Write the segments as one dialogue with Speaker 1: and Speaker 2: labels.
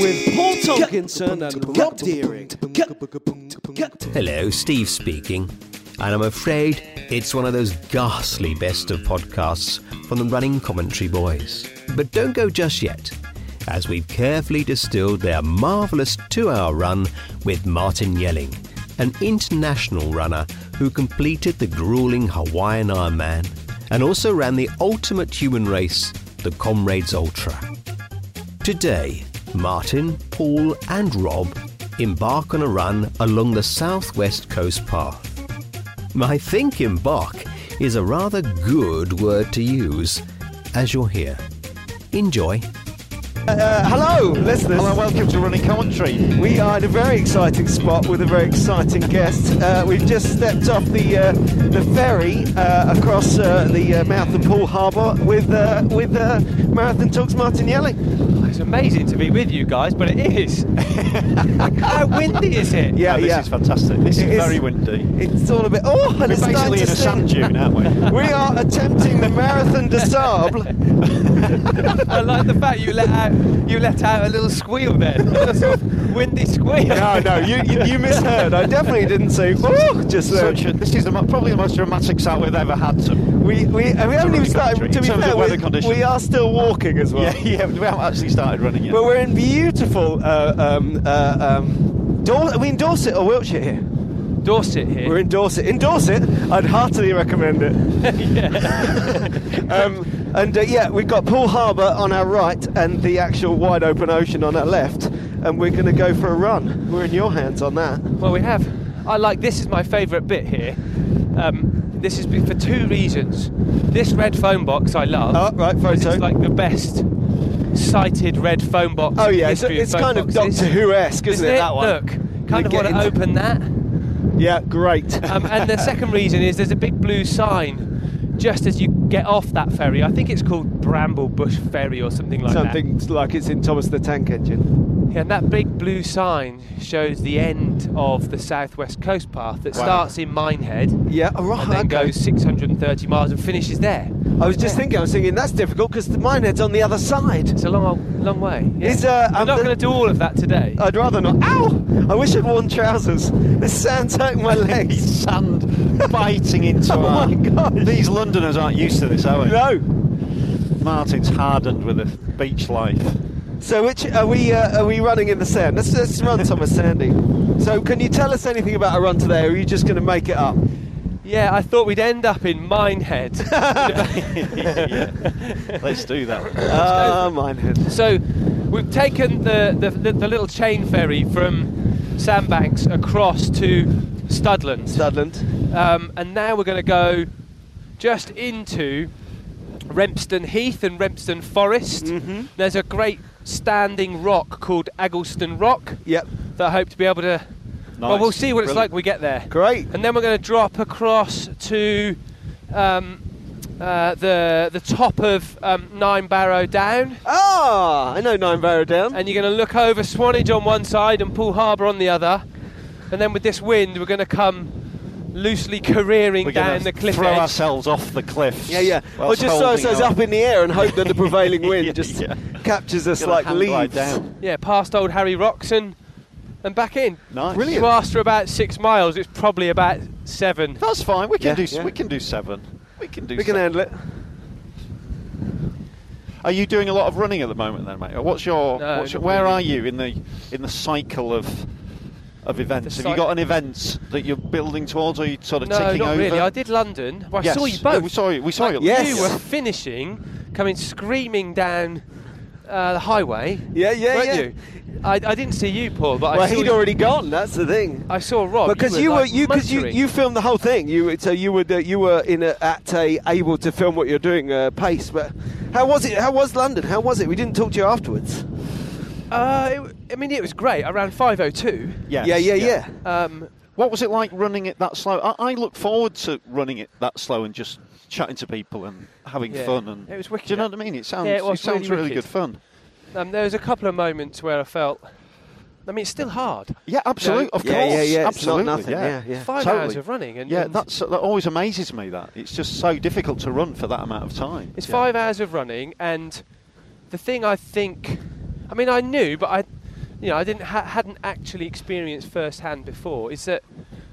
Speaker 1: With Paul Tolkinson and Rob Deering.
Speaker 2: Hello, Steve speaking. And I'm afraid it's one of those ghastly best of podcasts from the running commentary boys. But don't go just yet, as we've carefully distilled their marvellous two hour run with Martin Yelling, an international runner who completed the grueling Hawaiian Ironman and also ran the ultimate human race, the Comrades Ultra. Today, Martin, Paul, and Rob embark on a run along the southwest coast path. I think embark is a rather good word to use as you're here. Enjoy.
Speaker 3: Uh, hello, listeners. Hello, welcome to Running Commentary. We are in a very exciting spot with a very exciting guest. Uh, we've just stepped off the uh, the ferry uh, across uh, the uh, mouth of Pool Harbour with uh, with uh, Marathon Talks Martin Yelling.
Speaker 4: It's amazing to be with you guys, but it is. How windy is it?
Speaker 3: Yeah,
Speaker 5: Oh, this
Speaker 3: yeah.
Speaker 5: is fantastic. This
Speaker 3: It
Speaker 5: is
Speaker 3: is-
Speaker 5: very windy.
Speaker 3: It's all a bit. Oh, and
Speaker 5: We're
Speaker 3: it's nice
Speaker 5: basically
Speaker 3: to
Speaker 5: in a
Speaker 3: see-
Speaker 5: sand dune, aren't we?
Speaker 3: We are attempting the Marathon de Sable.
Speaker 4: I like the fact you let out you let out a little squeal then, a sort of windy squeal.
Speaker 3: No, no, you, you, you misheard. I definitely didn't say. Oh, just then.
Speaker 5: Such a- this is the, mo- probably the most dramatic start we've ever had. To,
Speaker 3: We we and we haven't even
Speaker 5: Running
Speaker 3: started.
Speaker 5: commentary.
Speaker 3: To
Speaker 5: In
Speaker 3: be
Speaker 5: terms of
Speaker 3: fair,
Speaker 5: weather
Speaker 3: we,
Speaker 5: conditions.
Speaker 3: we are still walking as well.
Speaker 5: yeah, yeah, we haven't actually started running yet.
Speaker 3: But we're in beautiful. Uh, um, uh, um, Dor- are we in Dorset or Wiltshire here?
Speaker 4: Dorset here.
Speaker 3: We're in Dorset. In Dorset, I'd heartily recommend it. um, and uh, yeah, we've got Pool Harbour on our right and the actual wide open ocean on our left. And we're going to go for a run. We're in your hands on that.
Speaker 4: Well, we have. I like this is my favourite bit here. Um, this is be- for two reasons. This red phone box I love.
Speaker 3: Oh, right,
Speaker 4: 'cause
Speaker 3: photo.
Speaker 4: It's like the best sighted red phone box.
Speaker 3: Oh,
Speaker 4: in the
Speaker 3: yeah, it's-
Speaker 4: history
Speaker 3: it's
Speaker 4: phone
Speaker 3: kind of
Speaker 4: boxes.
Speaker 3: Doctor Who-esque, isn't it, that one?
Speaker 4: Look, kind
Speaker 3: You
Speaker 4: of
Speaker 3: get
Speaker 4: want to
Speaker 3: into-
Speaker 4: open that.
Speaker 3: Yeah, great.
Speaker 4: Um, and the second reason is there's a big blue sign just as you get off that ferry. I think it's called Bramble Bush Ferry or something like
Speaker 3: Something like it's in Thomas the Tank Engine.
Speaker 4: that. Yeah, and that big blue sign shows the end of the Southwest Coast Path that starts in Minehead
Speaker 3: Yeah, all right.
Speaker 4: and then
Speaker 3: okay.
Speaker 4: goes 630 miles and finishes there.
Speaker 3: I was just thinking, I was thinking that's difficult because the minehead's on the other side.
Speaker 4: It's a long, old- long way. Yeah.
Speaker 3: Is, uh,
Speaker 4: We're
Speaker 3: um,
Speaker 4: not
Speaker 3: the- Uh,
Speaker 4: going to do all of that today.
Speaker 3: I'd rather not. Ow! I wish I'd worn trousers. The sand's hurting my legs.
Speaker 5: sand biting into
Speaker 3: Oh
Speaker 5: our.
Speaker 3: my gosh.
Speaker 5: These Londoners aren't used to this, are we?
Speaker 3: No.
Speaker 5: Martin's hardened with the beach life.
Speaker 3: So, which are we? Uh, are we running in the sand? Let's let's run some with Sandy. So, can you tell us anything about a run today, or are you just going to make it up?
Speaker 4: yeah, I thought we'd end up in Minehead.
Speaker 5: Yeah. Let's do that. Uh,
Speaker 3: Ah, minehead.
Speaker 4: So we've taken the, the, the, the little chain ferry from Sandbanks across to Studland.
Speaker 3: Studland.
Speaker 4: Um, and now we're going to go just into Rempston Heath and Rempston Forest.
Speaker 3: Mm-hmm.
Speaker 4: There's a great standing rock called Aggleston Rock
Speaker 3: Yep.
Speaker 4: that I hope to be able to. Well,
Speaker 5: Nice.
Speaker 4: we'll see what it's like
Speaker 5: Brilliant.
Speaker 4: when we get there.
Speaker 3: Great.
Speaker 4: And then we're going to drop across to um, uh, the the top of um, Nine Barrow Down
Speaker 3: Ah, I know Nine Barrow Down.
Speaker 4: and you're going to look over Swanage on one side and Pool Harbour on the other. And then with this wind, we're going to come loosely careering
Speaker 5: We're
Speaker 4: down
Speaker 5: going
Speaker 4: the
Speaker 5: to
Speaker 4: cliff
Speaker 5: throw
Speaker 4: edge.
Speaker 5: ourselves off the cliffs.
Speaker 3: yeah, yeah. Or
Speaker 5: whilst
Speaker 3: just throw
Speaker 5: holding
Speaker 3: ourselves
Speaker 5: our-
Speaker 3: up in the air and hope that the prevailing wind
Speaker 5: Yeah,
Speaker 3: just
Speaker 5: yeah.
Speaker 3: captures us
Speaker 5: Gonna
Speaker 3: like
Speaker 5: hand glide
Speaker 3: leaves.
Speaker 5: down.
Speaker 4: Yeah, past old Harry Roxon, and back in.
Speaker 5: Nice.
Speaker 4: If
Speaker 5: Brilliant.
Speaker 4: You asked for about six miles. It's probably about seven.
Speaker 5: That's fine. We can
Speaker 3: Yeah,
Speaker 5: do. s-
Speaker 3: yeah.
Speaker 5: We can do seven. We can do.
Speaker 3: We can
Speaker 5: seven.
Speaker 3: handle it.
Speaker 5: Are you doing a lot of running at the moment, then, mate? Or What's your?
Speaker 4: No,
Speaker 5: what's your
Speaker 4: not
Speaker 5: where
Speaker 4: really.
Speaker 5: are you in the in the cycle of of events?
Speaker 4: The
Speaker 5: Have you
Speaker 4: cy-
Speaker 5: got an event that you're building towards, or are you sort of
Speaker 4: No,
Speaker 5: ticking
Speaker 4: not
Speaker 5: over?
Speaker 4: really. I did London. Well, I
Speaker 5: Yes.
Speaker 4: saw you
Speaker 5: Yeah,
Speaker 4: both.
Speaker 5: we saw you. We saw you.
Speaker 3: Yes.
Speaker 4: You were finishing, coming screaming down uh, the highway.
Speaker 3: Yeah, yeah,
Speaker 4: weren't
Speaker 3: yeah.
Speaker 4: You? I, I didn't see you, Paul, but I
Speaker 3: Well,
Speaker 4: saw
Speaker 3: he'd
Speaker 4: you-
Speaker 3: already gone. That's the thing.
Speaker 4: I saw Rob.
Speaker 3: because Oh, you were,
Speaker 4: like,
Speaker 3: you because you,
Speaker 4: motoring.
Speaker 3: you filmed the whole thing. You were- so you were uh, you were in a, at a able to film what you're doing uh, pace. But how was it? How was London? How was it? We didn't talk to you afterwards.
Speaker 4: Uh, it, w- I mean, it was great. I ran 5:02.
Speaker 5: Yes,
Speaker 3: yeah, yeah, yeah.
Speaker 4: Um,
Speaker 5: What was it like running it that slow? I, I look forward to running it that slow and just chatting to people and having
Speaker 4: Yeah.
Speaker 5: fun. And
Speaker 4: It was
Speaker 5: Do you
Speaker 4: wicked.
Speaker 5: know what I mean? It sounds.
Speaker 4: Yeah, it was
Speaker 5: sounds
Speaker 4: really
Speaker 5: really,
Speaker 4: wicked.
Speaker 5: good fun.
Speaker 4: um, there was a couple of moments where I felt. I mean, it's still hard.
Speaker 5: Yeah, absolutely. Of
Speaker 3: Yeah,
Speaker 5: course.
Speaker 3: yeah, yeah, it's not
Speaker 5: Absolutely.
Speaker 3: nothing, yeah, yeah.
Speaker 4: Five
Speaker 5: Totally.
Speaker 4: hours of running, and
Speaker 5: yeah,
Speaker 4: and
Speaker 5: that's that always amazes me. That it's just so difficult to run for that amount of time.
Speaker 4: It's
Speaker 5: Yeah.
Speaker 4: five hours of running, and the thing I think, I mean, I knew, but I, you know, I didn't ha- hadn't actually experienced firsthand before. Is that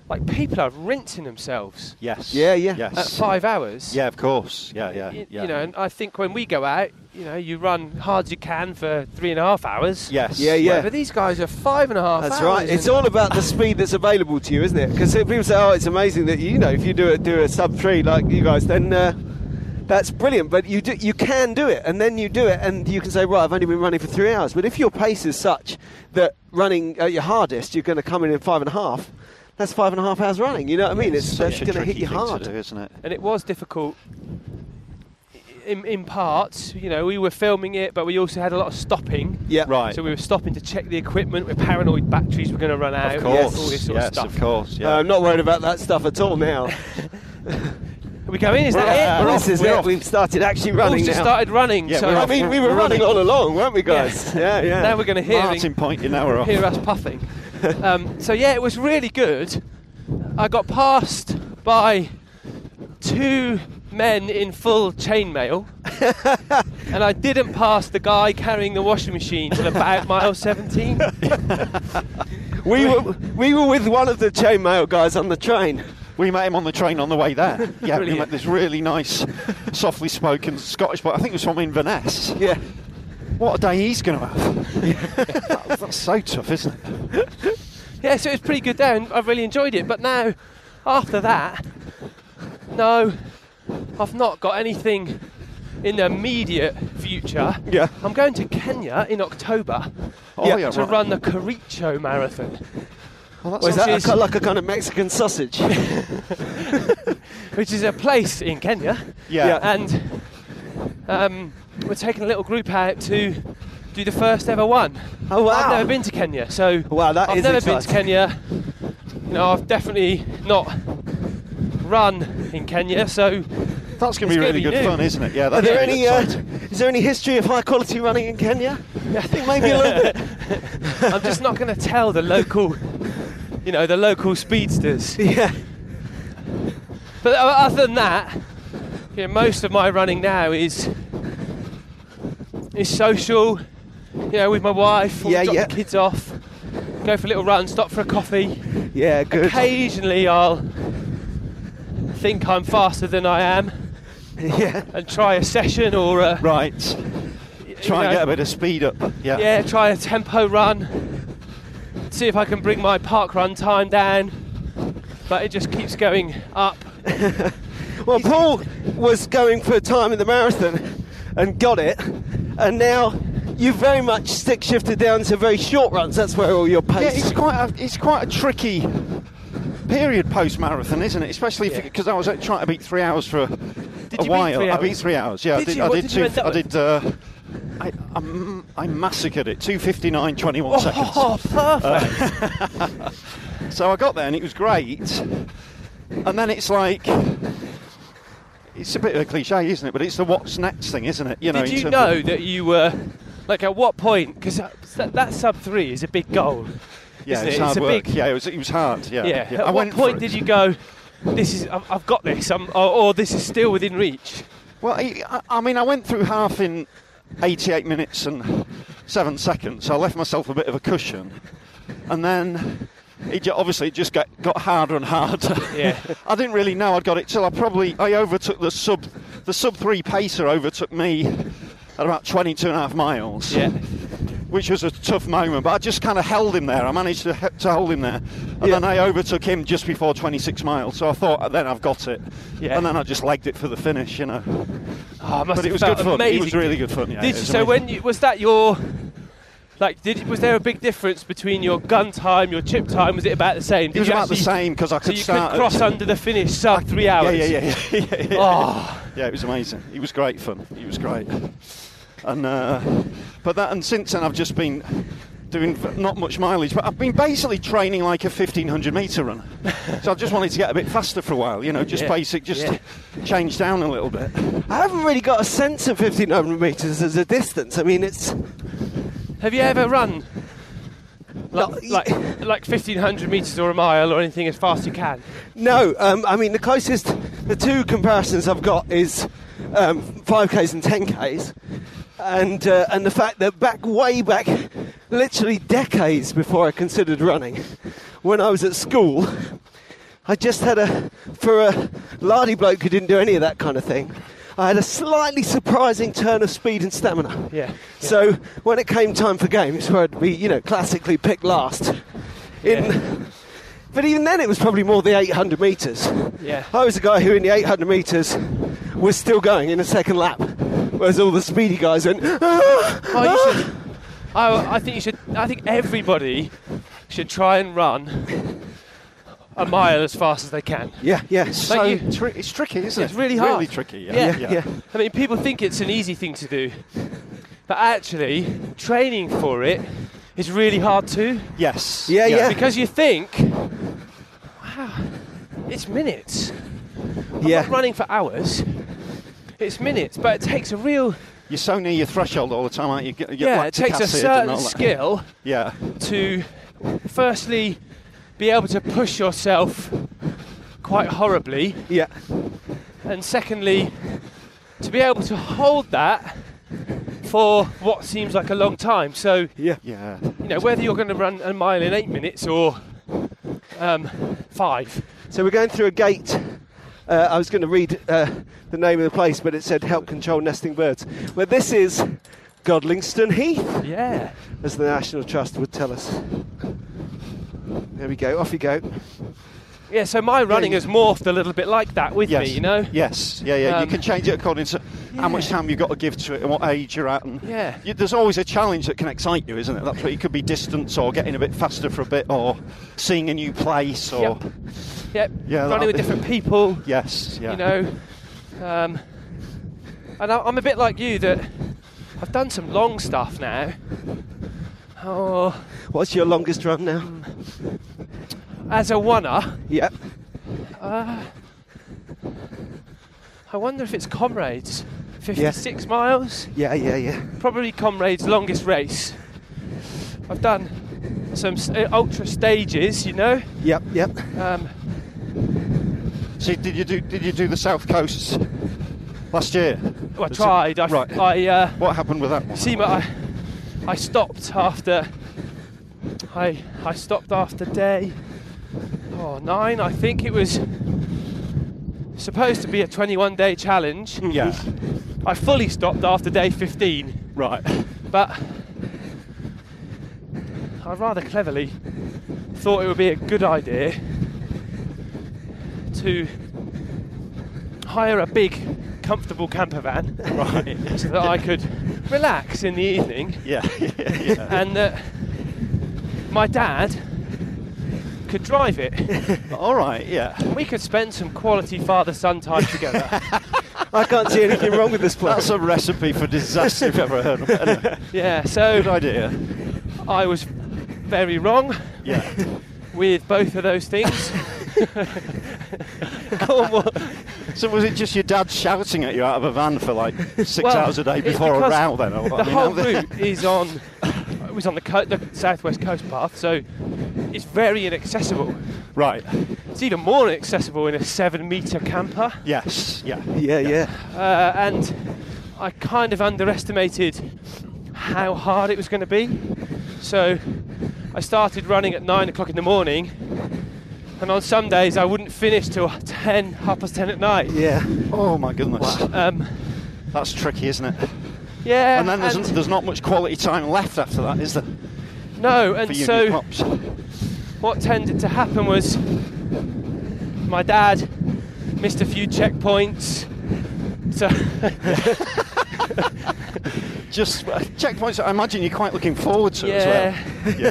Speaker 4: like people are rinsing themselves
Speaker 5: Yes.
Speaker 3: Yeah, yeah.
Speaker 5: Yes.
Speaker 4: at five hours?
Speaker 5: Yeah, of course. Yeah, yeah,
Speaker 4: Y-
Speaker 5: yeah.
Speaker 4: You know, and I think when we go out, you know, you run hard as you can for three and a half hours.
Speaker 5: yes.
Speaker 3: Yeah, yeah.
Speaker 4: But these guys are five and a half.
Speaker 3: That's
Speaker 4: hours
Speaker 3: right. It's
Speaker 4: and-
Speaker 3: all about the speed that's available to you, isn't it? Because people say, "Oh, it's amazing that you know if you do a do a sub three like you guys, then uh, that's brilliant." But you do, you can do it, and then you do it, and you can say, "Right, I've only been running for three hours." But if your pace is such that running at your hardest, you're going to come in in five and a half. That's five and a half hours running. You know what I mean? It's,
Speaker 5: such
Speaker 3: that's
Speaker 5: a
Speaker 3: going to hit
Speaker 5: tricky
Speaker 3: you
Speaker 5: thing to
Speaker 3: hard.
Speaker 5: do, isn't it?
Speaker 4: and it was difficult i- in, in parts. You know, we were filming it, but we also had a lot of stopping.
Speaker 3: Yeah.
Speaker 5: Right.
Speaker 4: So we were stopping to check the equipment. We're paranoid batteries were going to run out. yes,
Speaker 5: of course.
Speaker 4: Uh, all this sort
Speaker 5: yes,
Speaker 4: of stuff.
Speaker 5: course.
Speaker 3: Uh,
Speaker 5: Yeah.
Speaker 3: I'm not worried about that stuff at all now.
Speaker 4: We go in. Is that
Speaker 3: Uh,
Speaker 4: it?
Speaker 3: this is
Speaker 5: we're
Speaker 3: it.
Speaker 5: off.
Speaker 3: We've started actually running
Speaker 4: We've
Speaker 3: now.
Speaker 4: just started running.
Speaker 5: Yeah,
Speaker 4: so
Speaker 5: we're
Speaker 3: I
Speaker 5: off.
Speaker 3: mean, we were
Speaker 5: We're
Speaker 3: running
Speaker 5: running.
Speaker 3: all along, weren't we, guys? Yeah, yeah.
Speaker 4: now we're going to hear
Speaker 5: Martin point, you now we're off.
Speaker 4: hear us puffing. um, so yeah, it was really good. I got passed by two men in full chainmail, and I didn't pass the guy carrying the washing machine till about mile 17.
Speaker 3: We were we were with one of the chainmail guys on the train.
Speaker 5: We met him on the train on the way there. Yeah, we
Speaker 4: Brilliant.
Speaker 5: met this really nice, softly spoken Scottish boy. I think it was from Inverness.
Speaker 3: Yeah.
Speaker 5: What a day he's going to have. That- that's so tough, isn't it?
Speaker 4: Yeah, so it was pretty good there, and I've really enjoyed it. But now, after that, no, I've not got anything in the immediate future.
Speaker 3: Yeah.
Speaker 4: I'm going to Kenya in October
Speaker 5: Oh,
Speaker 3: Yeah,
Speaker 5: yeah,
Speaker 4: to
Speaker 5: right.
Speaker 4: run the Karicho Marathon.
Speaker 5: Well, that
Speaker 3: Was
Speaker 5: sounds-
Speaker 3: that a,
Speaker 4: Sausage.
Speaker 3: ki- like a kind of Mexican sausage?
Speaker 4: which is a place in Kenya.
Speaker 5: Yeah.
Speaker 3: yeah.
Speaker 4: And um, we're taking a little group out to do the first ever one.
Speaker 3: Oh
Speaker 4: I've
Speaker 3: wow!
Speaker 4: never been to Kenya, so
Speaker 3: Wow, that
Speaker 4: I've
Speaker 3: is
Speaker 4: never been to
Speaker 3: exciting.
Speaker 4: Kenya. You know, I've definitely not run in Kenya, so
Speaker 5: That's going
Speaker 4: It's
Speaker 5: to be
Speaker 4: gonna
Speaker 5: really
Speaker 4: be new.
Speaker 5: good fun, isn't it? Yeah.
Speaker 3: Are
Speaker 5: That's
Speaker 3: there
Speaker 5: really
Speaker 3: any? Uh,
Speaker 5: exciting.
Speaker 3: is there any history of high quality running in Kenya? I think maybe a little bit.
Speaker 4: I'm just not going to tell the local, you know, the local speedsters.
Speaker 3: Yeah.
Speaker 4: But o- other than that, you know, most of my running now is is social. You know, with my wife,
Speaker 3: Yeah,
Speaker 4: drop
Speaker 3: yeah.
Speaker 4: the kids off, go for a little run, stop for a coffee.
Speaker 3: Yeah. Good.
Speaker 4: Occasionally, I'll think I'm faster than I am
Speaker 3: Yeah.
Speaker 4: and try a session or a
Speaker 5: Right.
Speaker 4: you
Speaker 5: Try and
Speaker 4: know,
Speaker 5: get a bit of speed up. Yeah.
Speaker 4: yeah, try a tempo run. See if I can bring my park run time down. But it just keeps going up.
Speaker 3: Well, Paul was going for time in the marathon and got it, and now you very much stick shifted down to very short runs. That's where all your
Speaker 5: Yeah,
Speaker 3: pace.
Speaker 5: it's quite a, it's quite a tricky period post marathon, isn't it? Especially
Speaker 4: Yeah.
Speaker 5: because I was uh, trying to beat three hours for a,
Speaker 4: you
Speaker 5: a
Speaker 4: beat
Speaker 5: while.
Speaker 4: three
Speaker 5: I beat
Speaker 4: hours?
Speaker 5: three hours. Yeah,
Speaker 4: Did
Speaker 5: I did.
Speaker 4: you?
Speaker 5: I
Speaker 4: What
Speaker 5: did.
Speaker 4: did
Speaker 5: two,
Speaker 4: you end up
Speaker 5: I
Speaker 4: with?
Speaker 5: did. Uh, I, I m- I massacred it. Two fifty nine twenty one
Speaker 4: Oh, perfect.
Speaker 5: seconds. So I got there and it was great. And then it's like. It's a bit of a cliche, isn't it? But it's the what's next thing, isn't it? You know.
Speaker 4: Did
Speaker 5: in
Speaker 4: you
Speaker 5: terms
Speaker 4: know
Speaker 5: Of,
Speaker 4: that you were like at what point? Because that, that sub three is a big goal.
Speaker 5: yeah,
Speaker 4: isn't
Speaker 5: it's
Speaker 4: it? it's
Speaker 5: hard
Speaker 4: a
Speaker 5: work.
Speaker 4: big
Speaker 5: Yeah, it was. It was hard. Yeah.
Speaker 4: yeah.
Speaker 5: I
Speaker 4: At what
Speaker 5: went for
Speaker 4: point
Speaker 5: it.
Speaker 4: did you go? This is I've, I've got this. I'm, or, or this is still within reach.
Speaker 5: Well, I, I- I mean, I went through half in 88 minutes and seven seconds. So I left myself a bit of a cushion. and then it ju- obviously it just got, got harder and harder.
Speaker 4: Yeah.
Speaker 5: I didn't really know I'd got it till I probably I overtook the sub the sub three pacer overtook me at about 22 and a half miles.
Speaker 4: Yeah.
Speaker 5: Which was a tough moment, but I just kind of held him there. I managed to, he- to hold him there, and
Speaker 4: Yeah.
Speaker 5: then I overtook him just before 26 miles. So I thought, then I've got it,
Speaker 4: Yeah.
Speaker 5: and then I just legged it for the finish, you know.
Speaker 4: Oh, it must
Speaker 5: but
Speaker 4: have
Speaker 5: it was
Speaker 4: felt
Speaker 5: good fun.
Speaker 4: Amazing.
Speaker 5: It was really good fun. Yeah,
Speaker 4: Did
Speaker 5: it
Speaker 4: you,
Speaker 5: was
Speaker 4: so
Speaker 5: amazing.
Speaker 4: when you, was that your like did was there a big difference between your gun time, your chip time? Was it about the same? Did
Speaker 5: It was
Speaker 4: you
Speaker 5: about the
Speaker 4: actually-
Speaker 5: same because I
Speaker 4: So
Speaker 5: could
Speaker 4: you
Speaker 5: start.
Speaker 4: could cross
Speaker 5: at,
Speaker 4: under the finish sub three hours.
Speaker 5: Yeah, yeah, yeah, yeah, yeah, yeah.
Speaker 4: Oh.
Speaker 5: Yeah, it was amazing. It was great fun. It was great. And uh, but that and since then I've just been doing v- not much mileage, but I've been basically training like a 1500 meter run. so I just wanted to get a bit faster for a while, you know, just
Speaker 4: Yeah,
Speaker 5: basic, just
Speaker 4: yeah.
Speaker 5: change down a little bit.
Speaker 3: I haven't really got a sense of 1500 metres as a distance. I mean, it's.
Speaker 4: Have you ever run
Speaker 3: No,
Speaker 4: like
Speaker 3: y-
Speaker 4: like, like fifteen hundred meters or a mile or anything as fast as you can?
Speaker 3: No, um, I mean, the closest, the two comparisons I've got is um, 5Ks and 10Ks. And, uh, and the fact that back, way back, literally decades before I considered running, when I was at school, I just had a, for a lardy bloke who didn't do any of that kind of thing, I had a slightly surprising turn of speed and stamina.
Speaker 4: Yeah.
Speaker 3: So when it came time for games, where I'd be, you know, classically picked last, in, but even then it was probably more the 800 metres.
Speaker 4: Yeah.
Speaker 3: I was a guy who in the 800 metres was still going in the second lap, whereas all the speedy guys went, "Ah,
Speaker 4: Oh, you should. I, I think you should. I think everybody should try and run a mile as fast as they can.
Speaker 3: yeah, yeah.
Speaker 4: Like
Speaker 5: so
Speaker 4: you-
Speaker 5: tri- it's tricky, isn't
Speaker 4: It's
Speaker 5: it?
Speaker 4: really hard.
Speaker 5: Really tricky. Yeah.
Speaker 4: Yeah.
Speaker 3: yeah, yeah.
Speaker 4: I mean, people think it's an easy thing to do, but actually, training for it is really hard too.
Speaker 5: Yes.
Speaker 3: Yeah, yeah.
Speaker 4: Because you think, wow, it's minutes. I'm
Speaker 3: Yeah.
Speaker 4: not running for hours. It's minutes, but it takes a real
Speaker 5: You're so near your threshold all the time, aren't you? Get- you get
Speaker 4: yeah. It
Speaker 5: lactic
Speaker 4: takes a
Speaker 5: acid and all
Speaker 4: certain
Speaker 5: that.
Speaker 4: skill
Speaker 5: Yeah.
Speaker 4: to, firstly, be able to push yourself quite horribly,
Speaker 3: yeah.
Speaker 4: and secondly, to be able to hold that for what seems like a long time. So
Speaker 5: Yeah.
Speaker 4: you know whether you're going to run a mile in eight minutes or um, five.
Speaker 3: So we're going through a gate. Uh, I was going to read uh, the name of the place, but it said help control nesting birds. Well, this is Godlingston Heath,
Speaker 4: Yeah.
Speaker 3: as the National Trust would tell us. There we go. Off you go.
Speaker 4: Yeah, so my running
Speaker 3: you-
Speaker 4: has morphed a little bit like that with
Speaker 5: Yes.
Speaker 4: me, you know?
Speaker 5: Yes. Yeah, yeah.
Speaker 4: Um,
Speaker 5: you can change it according to how much time you've got to give to it and what age you're at. And
Speaker 4: Yeah.
Speaker 5: you- there's always a challenge that can excite you, isn't it? That's what it could be distance or getting a bit faster for a bit or seeing a new place or.
Speaker 4: Yep. Yep.
Speaker 5: Yeah,
Speaker 4: running
Speaker 5: that-
Speaker 4: with different people,
Speaker 5: Yes. Yeah.
Speaker 4: you know. Um, and I, I'm a bit like you that I've done some long stuff now. Oh,
Speaker 3: What's your longest run now?
Speaker 4: as a runner,
Speaker 3: Yeah.
Speaker 4: I wonder if it's Comrades. 56 miles,
Speaker 3: Yeah, yeah, yeah.
Speaker 4: probably Comrades' longest race. I've done some s- uh, ultra stages, you know.
Speaker 3: Yep, yep.
Speaker 4: Um,
Speaker 5: So did you do did you do the South Coast last year?
Speaker 4: well, I tried. I,
Speaker 5: right.
Speaker 4: I uh,
Speaker 5: What happened with that one?
Speaker 4: See, but I, I stopped after. I I stopped after day. Oh, nine. I think it was supposed to be a 21 day challenge.
Speaker 5: Yeah.
Speaker 4: I fully stopped after day 15,
Speaker 5: Right.
Speaker 4: but I rather cleverly thought it would be a good idea to hire a big, comfortable camper van
Speaker 5: Right.
Speaker 4: so that I could relax in the evening
Speaker 5: yeah. yeah, yeah.
Speaker 4: and that my dad could drive it.
Speaker 5: All right. Yeah.
Speaker 4: We could spend some quality father son time together.
Speaker 3: I can't see anything wrong with this place.
Speaker 5: That's a recipe for disaster if you've ever heard of it. Anyway,
Speaker 4: yeah, so
Speaker 5: good idea.
Speaker 4: I was very wrong
Speaker 5: Yeah.
Speaker 4: with both of those things. Oh, Cornwall.
Speaker 5: So was it just your dad shouting at you out of a van for like six
Speaker 4: Well,
Speaker 5: hours a day
Speaker 4: it's
Speaker 5: before a
Speaker 4: because
Speaker 5: row? Then or,
Speaker 4: The whole route is on. It was on the, co- the southwest coast path, so it's very inaccessible.
Speaker 5: right?
Speaker 4: It's even more inaccessible in a seven-meter camper.
Speaker 5: Yes. Yeah.
Speaker 3: Yeah, yeah.
Speaker 4: uh, and I kind of underestimated how hard it was going to be. So I started running at nine o'clock in the morning, and on some days I wouldn't finish till ten, half past ten at night.
Speaker 3: Yeah.
Speaker 5: Oh my goodness.
Speaker 4: Um,
Speaker 5: That's tricky, isn't it?
Speaker 4: yeah.
Speaker 5: And then there's, there's not much quality time left after that, is there?
Speaker 4: no, and
Speaker 5: For you
Speaker 4: so
Speaker 5: new cops.
Speaker 4: what tended to happen was my dad missed a few checkpoints. So
Speaker 5: Just uh, checkpoints. I imagine you're quite looking forward to
Speaker 4: yeah,
Speaker 5: as well.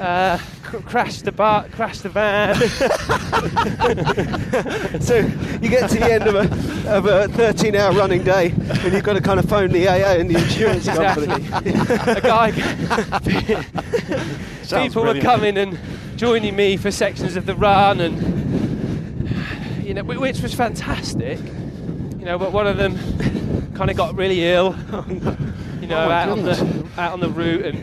Speaker 4: uh, cr- crashed the bar, crashed the van.
Speaker 3: So you get to the end of a of a 13 hour running day, and you've got to kind of phone the AA and the insurance company.
Speaker 4: a guy,
Speaker 5: Sounds
Speaker 4: people were
Speaker 5: brilliant.
Speaker 4: coming and joining me for sections of the run, and you know, whi- which was fantastic. You know, but one of them kind of got really ill. You know,
Speaker 5: Oh my
Speaker 4: out on the
Speaker 5: goodness.
Speaker 4: out on the route, and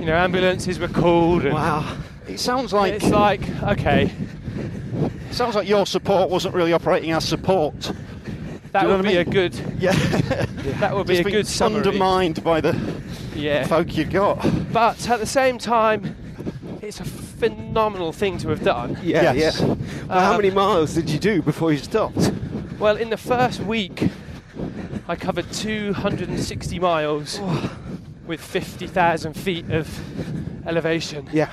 Speaker 4: you know, ambulances were called. And
Speaker 3: Wow.
Speaker 5: It sounds like,
Speaker 4: It's like okay,
Speaker 5: it sounds like your support wasn't really operating as support.
Speaker 4: that
Speaker 5: you know
Speaker 4: would
Speaker 5: what I
Speaker 4: be a
Speaker 5: mean?
Speaker 4: good
Speaker 5: Yeah.
Speaker 4: that would be
Speaker 5: Just
Speaker 4: a
Speaker 5: being
Speaker 4: good summary. Eh.
Speaker 5: Undermined by the
Speaker 4: Yeah,
Speaker 5: folk you got.
Speaker 4: but at the same time, it's a phenomenal thing to have done.
Speaker 3: Yeah,
Speaker 5: Yes.
Speaker 3: yeah. Well, how
Speaker 4: Um,
Speaker 3: many miles did you do before you stopped?
Speaker 4: Well, in the first week, I covered 260 miles
Speaker 5: Oh.
Speaker 4: with 50,000 feet of elevation.
Speaker 3: Yeah.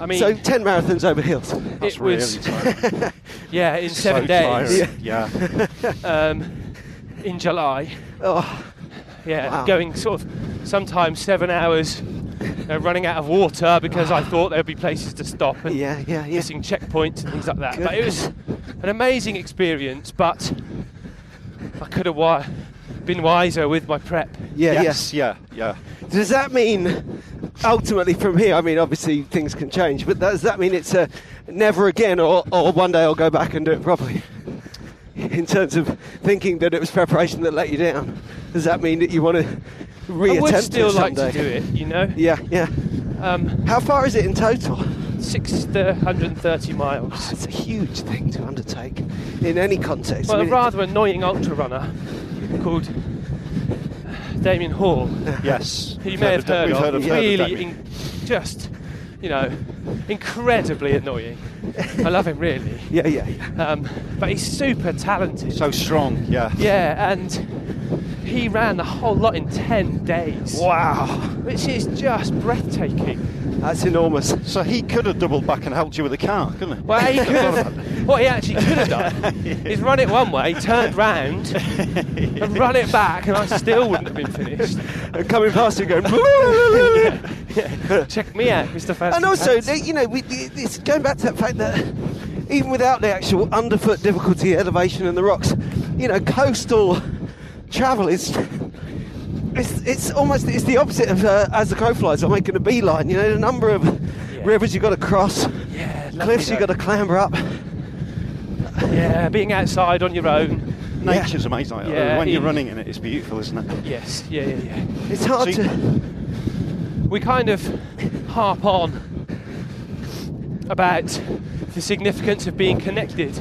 Speaker 4: I mean,
Speaker 3: so 10 marathons over hills.
Speaker 4: it
Speaker 5: really
Speaker 4: was
Speaker 5: tiring.
Speaker 4: yeah in
Speaker 5: So
Speaker 4: seven days
Speaker 5: tiring. Yeah.
Speaker 4: um, in July.
Speaker 3: Oh,
Speaker 4: Yeah,
Speaker 3: Wow.
Speaker 4: going sort of sometimes seven hours, you know, running out of water because I thought there'd be places to stop and
Speaker 3: yeah, yeah, yeah.
Speaker 4: missing checkpoints and things like that. But it was an amazing experience. But I could have wi- been wiser with my prep.
Speaker 3: Yeah, yes.
Speaker 5: Yes. Yeah. Yeah.
Speaker 3: Does that mean, ultimately from here, I mean, obviously things can change, but does that mean it's a never again or, or one day I'll go back and do it properly? In terms of thinking that it was preparation that let you down, does that mean that you want to
Speaker 4: I
Speaker 3: reattempt
Speaker 4: would still
Speaker 3: it
Speaker 4: like
Speaker 3: someday?
Speaker 4: to do it, you know.
Speaker 3: Yeah, yeah.
Speaker 4: Um,
Speaker 3: How far is it in total?
Speaker 4: six to 130 miles.
Speaker 3: It's a huge thing to undertake in any context. I
Speaker 4: Well, a
Speaker 3: mean, it-
Speaker 4: rather annoying ultra runner called Damien Hall, who
Speaker 5: Yes.
Speaker 4: you
Speaker 5: We've
Speaker 4: may have heard
Speaker 5: we've
Speaker 4: of,
Speaker 5: heard of
Speaker 4: really
Speaker 5: Damien.
Speaker 4: in, just, you know, incredibly annoying. I love him really,
Speaker 3: yeah, yeah, yeah.
Speaker 4: um, but he's super talented.
Speaker 5: so strong. Yeah.
Speaker 4: yeah, and he ran the whole lot in 10 days,
Speaker 3: Wow,
Speaker 4: which is just breathtaking.
Speaker 3: that's enormous.
Speaker 5: So he could have doubled back and helped you with a car, couldn't he?
Speaker 4: Well, he could have, what he actually could have done is run it one way, turned round, and run it back, and I still wouldn't have been finished.
Speaker 3: And coming past you going.
Speaker 4: Check me out, Mr. Fancy.
Speaker 3: And also,
Speaker 4: Pants.
Speaker 3: the- you know, we, the- it's going back to that fact that even without the actual underfoot difficulty, elevation, and the rocks, you know, coastal travel is. It's, it's almost it's the opposite of uh, as the crow flies. I'm making a beeline. You know the number of rivers you've got to cross,
Speaker 4: yeah, lovely
Speaker 3: cliffs you've
Speaker 4: though.
Speaker 3: got to clamber up.
Speaker 4: Yeah, being outside on your own.
Speaker 5: Nature's amazing. like that.
Speaker 4: Yeah,
Speaker 5: when you're
Speaker 4: he-
Speaker 5: running in it, it's beautiful, isn't it?
Speaker 4: Yes, yeah, yeah, yeah.
Speaker 3: It's hard
Speaker 5: So you-
Speaker 3: to.
Speaker 4: We kind of harp on about the significance of being connected,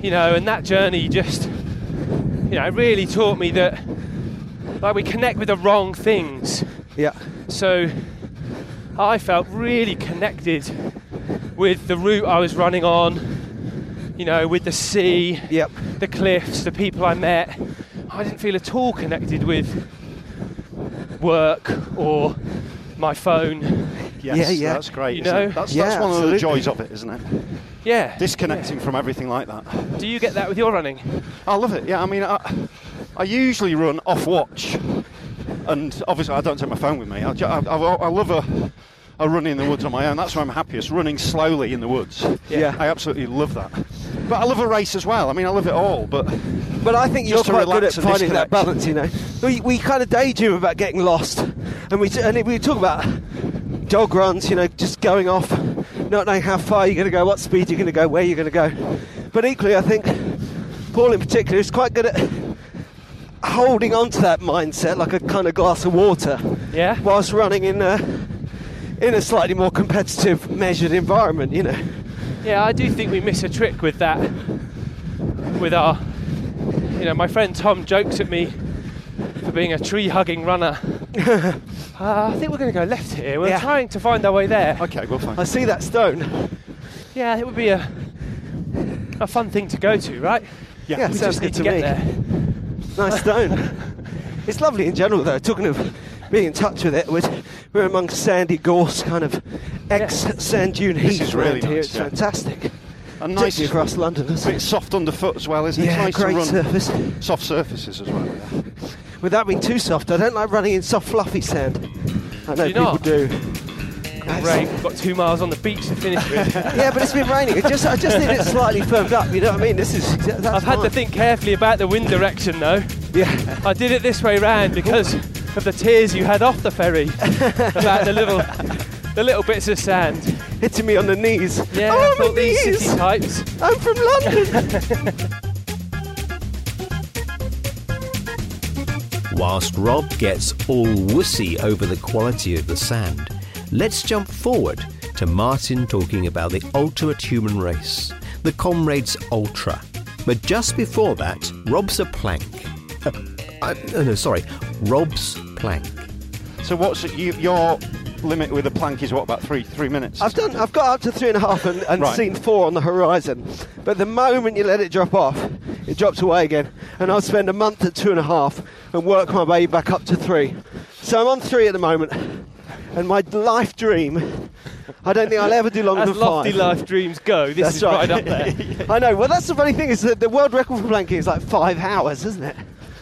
Speaker 4: you know, and that journey just, you know, really taught me that, like, we connect with the wrong things.
Speaker 3: Yeah,
Speaker 4: So I felt really connected with the route I was running on, you know, with the sea,
Speaker 3: yep.
Speaker 4: the cliffs, the people I met. I didn't feel at all connected with work or my phone.
Speaker 5: Yes,
Speaker 3: Yeah, yeah.
Speaker 5: That's great.
Speaker 4: You
Speaker 5: isn't
Speaker 4: know?
Speaker 5: it? that's,
Speaker 3: Yeah,
Speaker 5: that's one of
Speaker 3: absolutely.
Speaker 5: the joys of it, isn't it?
Speaker 4: Yeah.
Speaker 5: Disconnecting from everything like that.
Speaker 4: Do you get that with your running?
Speaker 5: I love it. Yeah, I mean, I, I usually run off watch, and obviously I don't take my phone with me. I, ju- I, I- I love a, a run in the woods on my own. That's where I'm happiest. Running slowly in the woods.
Speaker 3: Yeah.
Speaker 5: I absolutely love that. But I love a race as well. I mean, I love it all. But
Speaker 3: But I think you're
Speaker 5: Just to
Speaker 3: quite good at
Speaker 5: relax and
Speaker 3: finding that
Speaker 5: disconnect.
Speaker 3: balance. You know, we, we kind of daydream about getting lost, and we and we talk about dog runs. You know, just going off, not knowing how far you're going to go, what speed you're going to go, where you're going to go. But equally, I think Paul in particular is quite good at holding on to that mindset, like a kind of glass of water,
Speaker 4: Yeah.
Speaker 3: whilst running in a in a slightly more competitive, measured environment. You know,
Speaker 4: Yeah, I do think we miss a trick with that. With our, you know, my friend Tom jokes at me for being a tree hugging runner. Uh, I think we're going to go left here. We're
Speaker 3: Yeah.
Speaker 4: trying to find our way there.
Speaker 5: Okay, we'll find.
Speaker 3: I see that stone.
Speaker 4: Yeah, it would be a a fun thing to go to, right?
Speaker 5: Yeah,
Speaker 3: Yeah,
Speaker 4: we
Speaker 3: sounds
Speaker 4: just
Speaker 3: good
Speaker 4: need to,
Speaker 3: to
Speaker 4: get
Speaker 3: me.
Speaker 4: there.
Speaker 3: Nice stone. it's lovely in general, though. Talking of being in touch with it, we're, we're amongst sandy gorse, kind of ex sand dune
Speaker 5: This
Speaker 3: heath
Speaker 5: is really
Speaker 3: around here.
Speaker 5: nice,
Speaker 3: It's
Speaker 5: yeah.
Speaker 3: fantastic.
Speaker 5: A nice
Speaker 3: Nice across London. isn't it?
Speaker 5: bit soft underfoot as well, isn't it?
Speaker 3: Yeah,
Speaker 5: it's nice
Speaker 3: great
Speaker 5: to run.
Speaker 3: surface.
Speaker 5: Soft surfaces as well. Yeah.
Speaker 3: Without being too soft, I don't like running in soft, fluffy sand. I know
Speaker 4: you
Speaker 3: people
Speaker 4: not?
Speaker 3: do.
Speaker 4: Great, we've got two miles on the beach to finish with.
Speaker 3: Yeah, but it's been raining. It just, I just need it slightly firmed up. You know what I mean? This is. That's
Speaker 4: I've had
Speaker 3: fine.
Speaker 4: to think carefully about the wind direction, though.
Speaker 3: Yeah.
Speaker 4: I did it this way round because of the tears you had off the ferry about the little the little bits of sand.
Speaker 3: hitting me on the knees.
Speaker 4: Yeah,
Speaker 3: I'm on
Speaker 4: I
Speaker 3: Oh, my
Speaker 4: thought these
Speaker 3: knees.
Speaker 4: city types.
Speaker 3: I'm from London.
Speaker 2: Whilst Rob gets all wussy over the quality of the sand, let's jump forward to Martin talking about the ultimate human race, the Comrades Ultra. But just before that, Rob's a plank. Uh, I, oh no, sorry, Rob's plank.
Speaker 5: So what's it, you, your limit with a plank is what about three three minutes?
Speaker 3: I've done. I've got up to three and a half and, and
Speaker 5: Right.
Speaker 3: seen four on the horizon. But the moment you let it drop off, it drops away again. And I'll spend a month at two and a half and work my way back up to three. So I'm on three at the moment. And my life dream, I don't think I'll ever do longer
Speaker 4: As
Speaker 3: than
Speaker 4: lofty
Speaker 3: five.
Speaker 4: life dreams go, this
Speaker 3: That's
Speaker 4: is right.
Speaker 3: right.
Speaker 4: up there.
Speaker 3: I know. Well, that's the funny thing is that the world record for planking is like five hours, isn't it?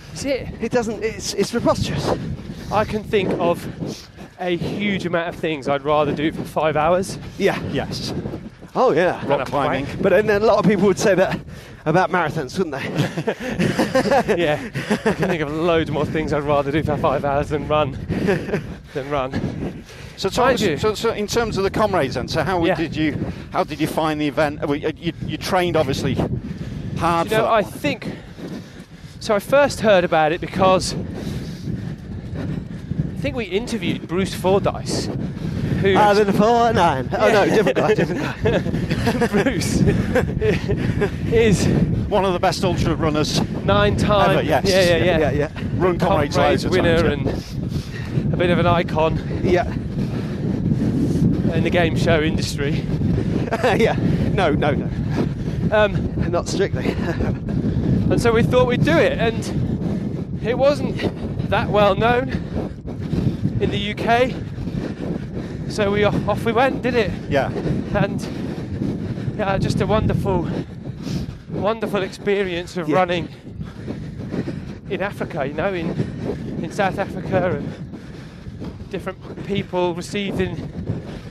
Speaker 4: That's it.
Speaker 3: It doesn't. It's it's preposterous.
Speaker 4: I can think of a huge amount of things I'd rather do for five hours.
Speaker 3: Yeah.
Speaker 5: yes.
Speaker 3: Oh yeah.
Speaker 5: Rock
Speaker 4: a
Speaker 5: climbing.
Speaker 4: plank.
Speaker 3: But then a lot of people would say that about marathons, wouldn't they?
Speaker 4: Yeah, I can think of loads more things I'd rather do for five hours than run. than run.
Speaker 5: So,
Speaker 4: Mind
Speaker 5: Thomas,
Speaker 4: you.
Speaker 5: so, so in terms of the comrades then, so how
Speaker 4: Yeah.
Speaker 5: did you how did you find the event? Uh, well, You, you, you trained obviously hard.
Speaker 4: You
Speaker 5: for
Speaker 4: know,
Speaker 5: that
Speaker 4: I
Speaker 5: one.
Speaker 4: think. So I first heard about it because I think we interviewed Bruce Fordyce, who
Speaker 3: Ah, then four nine. Oh no, different guy. Different guy.
Speaker 4: Bruce is
Speaker 5: one of the best ultra runners,
Speaker 4: nine time.
Speaker 5: Ever, yes.
Speaker 4: Yeah, yeah, yeah.
Speaker 3: Yeah, yeah,
Speaker 5: run comrades
Speaker 4: Comrades
Speaker 5: loads of
Speaker 4: winner
Speaker 5: times, yeah.
Speaker 4: and a bit of an icon
Speaker 3: yeah,
Speaker 4: in the game show industry.
Speaker 3: yeah. No, no, no.
Speaker 4: Um,
Speaker 3: Not strictly.
Speaker 4: And so we thought we'd do it, and it wasn't that well known in the UK. So we off, off we went, did it,
Speaker 5: yeah.
Speaker 4: and yeah, just a wonderful, wonderful experience of
Speaker 3: Yeah.
Speaker 4: running in Africa. You know, in in South Africa, and different people received in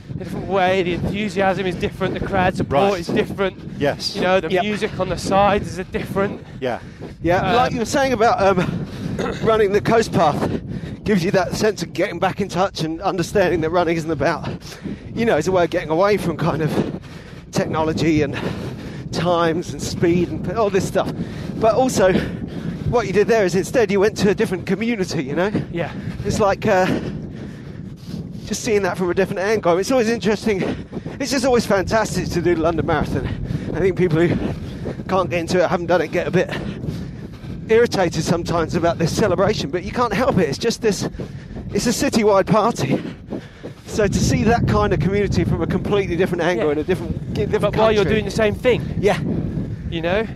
Speaker 4: a different way. The enthusiasm is different. The crowd support
Speaker 5: Right.
Speaker 4: is different.
Speaker 5: Yes.
Speaker 4: You know, the
Speaker 3: Yep.
Speaker 4: music on the sides is a different.
Speaker 5: Yeah.
Speaker 3: Yeah,
Speaker 4: Um,
Speaker 3: like you were saying about um, running the coast path gives you that sense of getting back in touch and understanding that running isn't about, you know, it's a way of getting away from kind of technology and times and speed and all this stuff. But also, what you did there is instead you went to a different community, you know?
Speaker 4: Yeah.
Speaker 3: It's like uh, just seeing that from a different angle. It's always interesting. It's just always fantastic to do the London Marathon. I think people who can't get into it, haven't done it, get a bit irritated sometimes about this celebration, but you can't help it. It's just this. It's a citywide party. So to see that kind of community from a completely different angle
Speaker 4: Yeah.
Speaker 3: in a different, different
Speaker 4: But while you're
Speaker 3: country.
Speaker 4: doing the same thing,
Speaker 3: yeah,
Speaker 4: you know?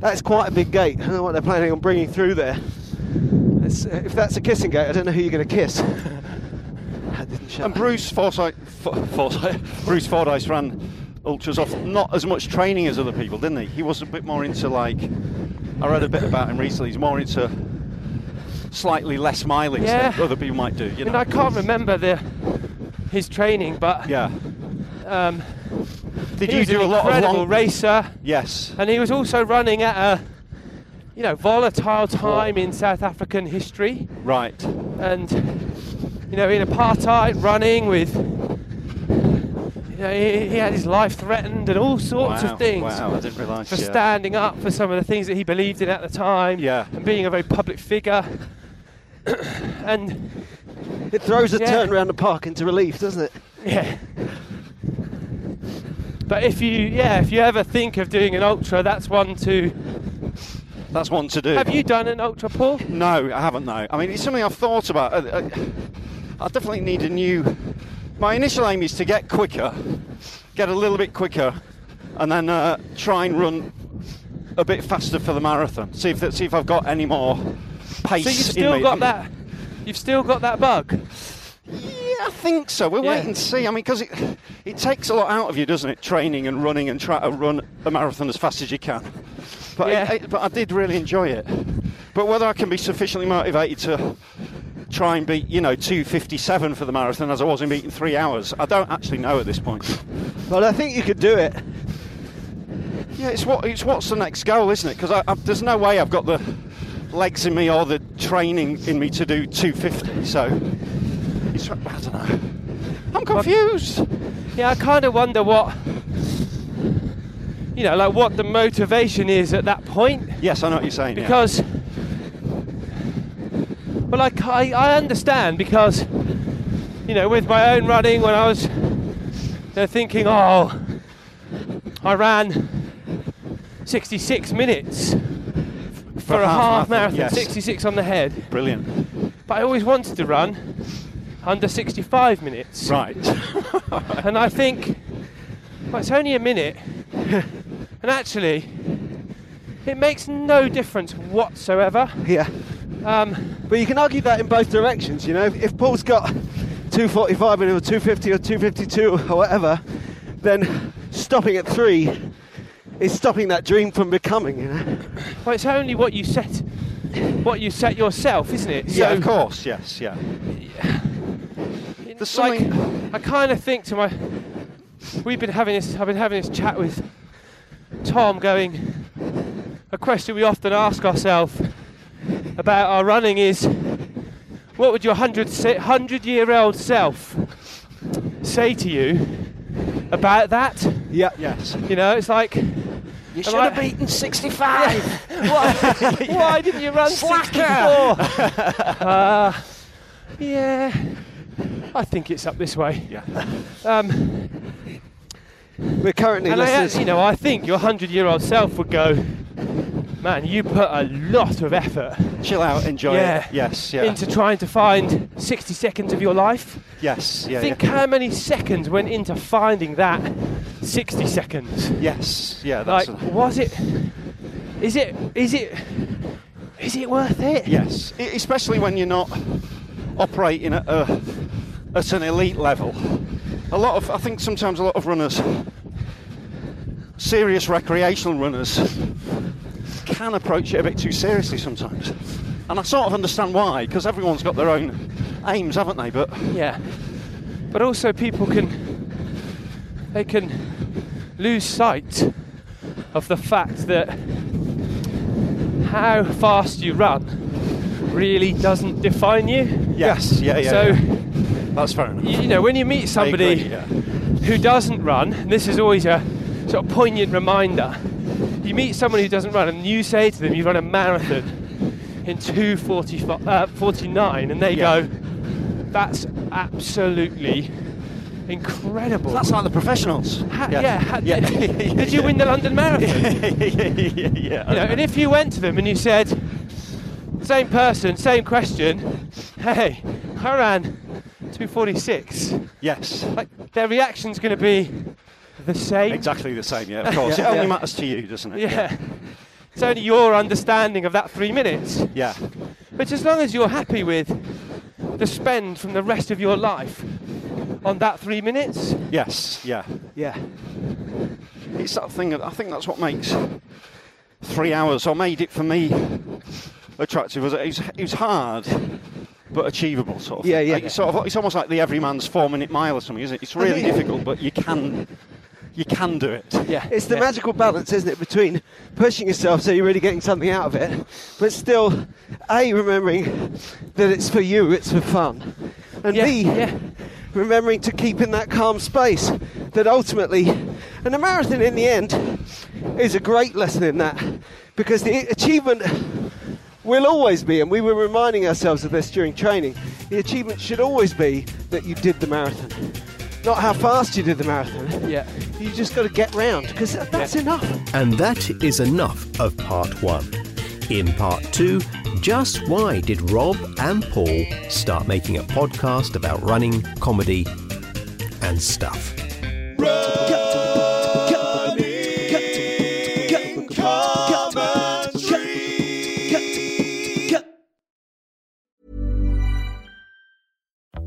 Speaker 3: that's quite a big gate. I don't know what they're planning on bringing through there. It's,
Speaker 4: uh,
Speaker 3: if that's a kissing gate, I don't know who you're going to kiss. I didn't show.
Speaker 5: And Bruce Forsyth, For- Forsyth, Bruce Fordyce ran ultras off not as much training as other people, didn't he? He was a bit more into like I read a bit about him recently. He's more into slightly less mileage than
Speaker 4: Yeah.
Speaker 5: other people might do. You
Speaker 4: I
Speaker 5: know?
Speaker 4: mean, I can't remember the his training, but
Speaker 5: Yeah.
Speaker 4: um,
Speaker 5: Did
Speaker 4: he
Speaker 5: you
Speaker 4: was
Speaker 5: do
Speaker 4: an
Speaker 5: a lot of
Speaker 4: incredible
Speaker 5: long
Speaker 4: racer,
Speaker 5: Yes.
Speaker 4: and he was also running at a you know volatile time in South African history,
Speaker 5: Right.
Speaker 4: and you know in apartheid, running with you know he, he had his life threatened and all sorts
Speaker 5: wow.
Speaker 4: of things.
Speaker 5: Wow. I didn't realise.
Speaker 4: for
Speaker 5: yeah.
Speaker 4: standing up for some of the things that he believed in at the time
Speaker 5: Yeah.
Speaker 4: and being a very public figure. and
Speaker 3: It throws a
Speaker 4: Yeah.
Speaker 3: turn around the park into relief, doesn't it?
Speaker 4: yeah. But if you yeah, if you ever think of doing an ultra, that's one to
Speaker 5: That's one to do.
Speaker 4: Have you done an ultra pull?
Speaker 5: No, I haven't. No, I mean it's something I've thought about. I, I, I definitely need a new. My initial aim is to get quicker, get a little bit quicker, and then uh, try and run a bit faster for the marathon. See if that, see if I've got any more pace.
Speaker 4: So you've
Speaker 5: in
Speaker 4: still
Speaker 5: me.
Speaker 4: got
Speaker 5: I'm-
Speaker 4: that. You've still got that bug.
Speaker 5: Yeah, I think so. We'll
Speaker 4: Yeah.
Speaker 5: wait and see. I mean, because it it takes a lot out of you, doesn't it? Training and running and try to run a marathon as fast as you can. But
Speaker 4: Yeah.
Speaker 5: I, I- but I did really enjoy it. But whether I can be sufficiently motivated to try and beat you know 2:57 for the marathon as I was in beating three hours, I don't actually know at this point.
Speaker 3: But I think you could do it.
Speaker 5: Yeah, it's what it's what's the next goal, isn't it? Because I, I, there's no way I've got the legs in me or the training in me to do 250. So it's, I don't know. I'm confused.
Speaker 4: Yeah, I kind of wonder what. You know, like what the motivation is at that point.
Speaker 5: Yes, I know what you're saying. yeah.
Speaker 4: because well I, ca- I, I understand because you know with my own running when I was they're thinking oh I ran 66 minutes for a half, marathon,
Speaker 5: yes.
Speaker 4: 66 on the head
Speaker 5: Brilliant.
Speaker 4: but I always wanted to run under 65 minutes
Speaker 5: Right.
Speaker 4: and I think well, it's only a minute and actually it makes no difference whatsoever
Speaker 3: Yeah.
Speaker 4: um,
Speaker 3: But you can argue that in both directions, you know. If, if Paul's got 245 in him, or 250 or 252 or whatever, then stopping at three is stopping that dream from becoming, you know.
Speaker 4: Well, it's only what you set, what you set yourself, isn't it?
Speaker 5: yeah, of course. Yes. Yeah.
Speaker 4: It's
Speaker 5: There's
Speaker 4: like,
Speaker 5: something-
Speaker 4: I kind of think to my, we've been having this, I've been having this chat with Tom, going, a question we often ask ourselves about our running is, what would your hundred year old self say to you about that?
Speaker 3: Yeah.
Speaker 5: Yes.
Speaker 4: You know, it's like. You should have beaten 65. Why, why didn't you run 64? uh, yeah, I think it's up this way.
Speaker 5: Yeah.
Speaker 4: Um,
Speaker 3: We're currently
Speaker 4: and I,
Speaker 3: listeners.
Speaker 4: ac- you know, I think your hundred-year-old self would go, man, you put a lot of effort
Speaker 5: Chill out. Enjoy
Speaker 4: Yeah.
Speaker 5: it. Yes. Yeah.
Speaker 4: into trying to find 60 seconds of your life.
Speaker 5: yes. Yeah.
Speaker 4: think
Speaker 5: yeah.
Speaker 4: how many seconds went into finding that 60 seconds.
Speaker 5: Yes. Yeah. That's
Speaker 4: like
Speaker 5: a-
Speaker 4: was it is it is it is it worth it
Speaker 5: yes. E- especially when you're not operating at a at an elite level. A lot of I think sometimes a lot of runners, serious recreational runners, can approach it a bit too seriously sometimes. And I sort of understand why, because everyone's got their own aims, haven't they? But
Speaker 4: yeah but also people can they can lose sight of the fact that how fast you run really doesn't define you
Speaker 5: yes, yeah, yeah.
Speaker 4: so
Speaker 5: yeah. That's fair enough.
Speaker 4: you know when you meet
Speaker 5: I agree,
Speaker 4: somebody
Speaker 5: yeah.
Speaker 4: who doesn't run, and this is always a sort of poignant reminder. You meet someone who doesn't run, and you say to them, "You run a marathon in 2:45, uh, 49," and they
Speaker 5: Yeah.
Speaker 4: go, "That's absolutely incredible."
Speaker 5: That's like the professionals.
Speaker 4: Ha-
Speaker 5: Yes.
Speaker 4: Yeah. ha-
Speaker 5: yeah.
Speaker 4: Did, did you win the London Marathon?
Speaker 5: yeah, yeah.
Speaker 4: You know, and if you went to them and you said, "Same person, same question," "Hey, I ran 2:46,"
Speaker 5: yes.
Speaker 4: like their reaction's going to be the same.
Speaker 5: Exactly the same. Yeah, of course.
Speaker 3: Yeah.
Speaker 5: it only
Speaker 3: Yeah.
Speaker 5: matters to you, doesn't it?
Speaker 4: Yeah. It's only your understanding of that three minutes.
Speaker 5: Yeah.
Speaker 4: But as long as you're happy with the spend from the rest of your life on that three minutes,
Speaker 5: Yes. Yeah.
Speaker 3: yeah.
Speaker 5: It's that thing. That, I think that's what makes three hours or made it for me attractive. Was it? was, it was hard. But achievable, sort of.
Speaker 3: Yeah,
Speaker 5: thing.
Speaker 3: yeah.
Speaker 5: Like, it's sort of. It's almost like the everyman's four-minute mile or something, isn't it? It's really difficult, but you can, you can do it.
Speaker 4: yeah.
Speaker 3: It's the
Speaker 4: yeah.
Speaker 3: magical balance, isn't it, between pushing yourself so you're really getting something out of it, but still, A, remembering that it's for you, it's for fun, and
Speaker 4: Yeah,
Speaker 3: B,
Speaker 4: yeah.
Speaker 3: remembering to keep in that calm space that ultimately, and a marathon in the end is a great lesson in that, because the achievement will always be, and we were reminding ourselves of this during training, the achievement should always be that you did the marathon. Not how fast you did the marathon.
Speaker 4: Yeah.
Speaker 3: You just got to get round because that's enough.
Speaker 2: And that is enough of part one. In part two, just why did Rob and Paul start making a podcast about running, comedy, and stuff?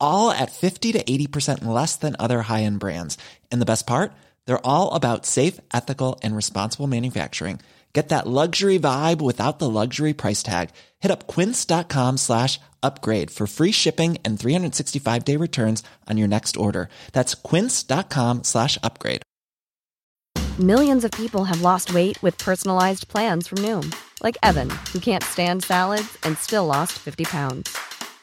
Speaker 6: all at 50 to 80% less than other high end brands. And the best part? They're all about safe, ethical, and responsible manufacturing. Get that luxury vibe without the luxury price tag. Hit up quince.com slash upgrade for free shipping and 365 day returns on your next order. That's quince.com slash upgrade.
Speaker 7: Millions of people have lost weight with personalized plans from Noom, like Evan, who can't stand salads and still lost 50 pounds.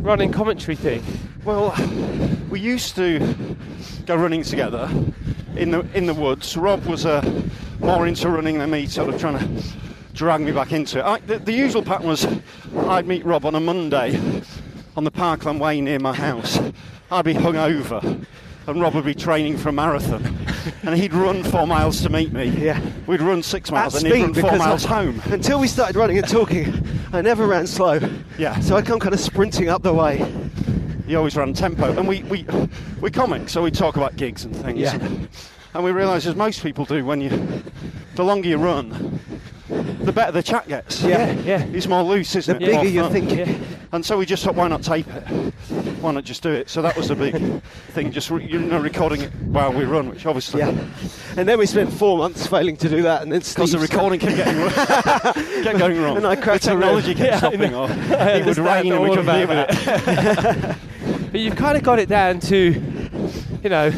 Speaker 4: running commentary thing?
Speaker 5: Well, we used to go running together in the in the woods. Rob was uh, more into running than me, sort of trying to drag me back into it. I, the, the usual pattern was I'd meet Rob on a Monday on the Parkland Way near my house. I'd be hungover, and Rob would be training for a marathon, and he'd run four miles to meet me. Yeah, we'd run six miles,
Speaker 3: At
Speaker 5: and he'd run
Speaker 3: speed
Speaker 5: four
Speaker 3: because
Speaker 5: miles
Speaker 3: I-
Speaker 5: home.
Speaker 3: Until we started running and talking, I never ran slow.
Speaker 5: Yeah.
Speaker 3: So I come kind of sprinting up the way.
Speaker 5: you always run tempo. And we, we, we're comics, so we talk about gigs and things.
Speaker 3: Yeah.
Speaker 5: And we realise, as most people do, when you, the longer you run, the better the chat gets.
Speaker 3: Yeah, yeah.
Speaker 5: It's more loose, isn't
Speaker 3: The
Speaker 5: it? More
Speaker 3: bigger you
Speaker 5: fun.
Speaker 3: think.
Speaker 5: And so we just thought, why not tape it? Why not just do it? So that was the big thing, just re- you know, recording it while we run, which obviously.
Speaker 3: Yeah. And then we spent four months failing to do that, and then
Speaker 5: Because the
Speaker 3: Steve's-
Speaker 5: recording kept getting, wrong- kept going wrong.
Speaker 3: And I cracked
Speaker 5: the technology
Speaker 3: a rib.
Speaker 5: kept
Speaker 4: Yeah, I
Speaker 5: stopping
Speaker 4: know.
Speaker 5: off.
Speaker 4: I
Speaker 5: It would
Speaker 4: understand
Speaker 5: rain and we
Speaker 4: all
Speaker 5: couldn't
Speaker 4: about
Speaker 5: deal with it.
Speaker 4: But you've kind of got it down to, you know,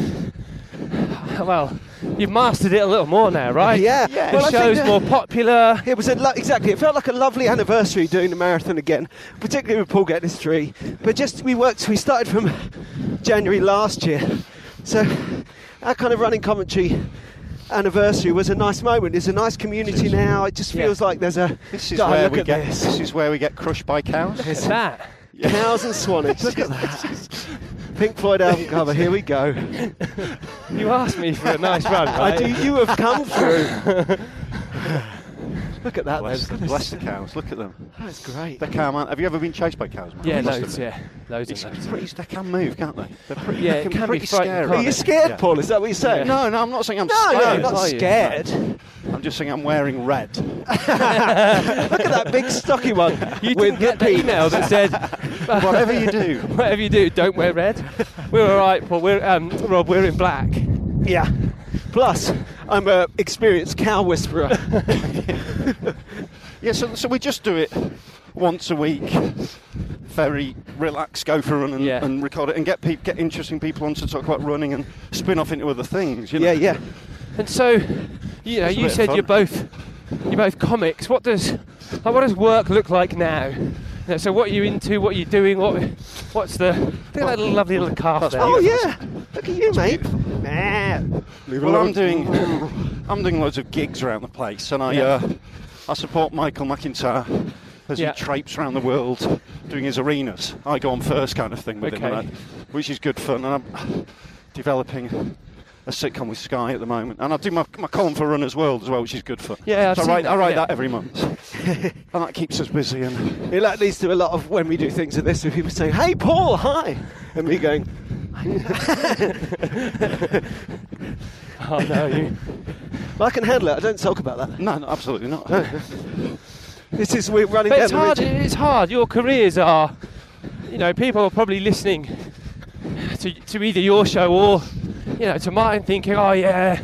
Speaker 4: well, you've mastered it a little more now, right?
Speaker 3: Yeah. Yeah.
Speaker 4: The
Speaker 3: Well, I think
Speaker 4: show's
Speaker 3: that-
Speaker 4: more popular.
Speaker 3: It was a lo- exactly. It felt like a lovely anniversary doing the marathon again, particularly with Paul getting his tree. But just we worked. We started from January last year, so our kind of running commentary anniversary was a nice moment. It's a nice community now. It just feels like there's a.
Speaker 5: This is
Speaker 3: God,
Speaker 5: where
Speaker 3: look
Speaker 5: we
Speaker 3: at
Speaker 5: get.
Speaker 3: this.
Speaker 5: This is where we get crushed by cows.
Speaker 4: It's that.
Speaker 3: Cows and Swanage. Look at that. Pink Floyd album cover. Here we go.
Speaker 4: You asked me for a nice run, right?
Speaker 3: I do. You have come through. Look at that.
Speaker 5: Bless,
Speaker 3: though. Goodness.
Speaker 5: bless the cows. Look at them.
Speaker 3: That's great.
Speaker 5: They can Have you ever been chased by cows? Mike?
Speaker 4: Yeah,
Speaker 5: You must have
Speaker 4: loads,
Speaker 5: been.
Speaker 4: yeah. Loads and
Speaker 5: It's
Speaker 4: loads.
Speaker 5: pretty, they can move, can't they? They're pretty,
Speaker 4: Yeah,
Speaker 5: they
Speaker 4: it
Speaker 5: can
Speaker 4: can be
Speaker 5: pretty
Speaker 4: frightening,
Speaker 5: scary.
Speaker 4: can't
Speaker 3: Are you scared, Paul? Is that what you're saying?
Speaker 5: No, no, I'm not saying I'm
Speaker 3: No, no,
Speaker 5: scared.
Speaker 3: not
Speaker 4: Are you?
Speaker 3: scared.
Speaker 5: I'm just saying I'm wearing red.
Speaker 3: Look at that big stocky one.
Speaker 4: You
Speaker 3: with
Speaker 4: didn't get
Speaker 3: the
Speaker 4: the
Speaker 3: penis.
Speaker 4: email that said,
Speaker 5: Whatever you do.
Speaker 4: whatever you do, don't wear red. We're all right, Paul. We're, um, Rob, we're in black.
Speaker 3: Yeah. Plus, I'm a experienced cow whisperer.
Speaker 5: Yeah, so, so we just do it once a week. Very relaxed, go for a run and,
Speaker 4: Yeah.
Speaker 5: and record it and get peop get interesting people on to talk about running and spin off into other things. You know?
Speaker 3: yeah, yeah.
Speaker 4: And so, you know,
Speaker 5: That's a bit
Speaker 4: you
Speaker 5: of
Speaker 4: said
Speaker 5: fun.
Speaker 4: you're both you're both comics. What does like, what does work look like now? You know, so what are you into? What are you doing? What what's the look at that little lovely little calf there?
Speaker 3: Oh yeah. Look at you, mate. Nah.
Speaker 5: Well, I'm doing I'm doing loads of gigs around the place, and I
Speaker 4: Yeah.
Speaker 5: uh, I support Michael McIntyre as
Speaker 4: Yeah.
Speaker 5: he traipses around the world doing his arenas. I go on first, kind of thing with him,
Speaker 4: Okay.
Speaker 5: and I, which is good fun. And I'm developing a sitcom with Sky at the moment, and I do my, my column for Runner's World as well, which is good fun.
Speaker 4: Yeah, I've
Speaker 5: so I
Speaker 4: seen
Speaker 5: write, I
Speaker 4: that,
Speaker 5: write
Speaker 4: yeah.
Speaker 5: that every month, and that keeps us busy. And
Speaker 3: It like leads to a lot of when we do things like this, with people saying, "Hey, Paul, hi," and me going,
Speaker 4: Oh no, you
Speaker 3: "Well, "I can handle it. I don't talk about that."
Speaker 5: no, no absolutely not.
Speaker 3: This is we're running
Speaker 4: But
Speaker 3: down
Speaker 4: it's
Speaker 3: the
Speaker 4: hard.
Speaker 3: ridge.
Speaker 4: It's hard. Your careers are, you know, people are probably listening to, to either your show or, you know, to mine, thinking, oh yeah,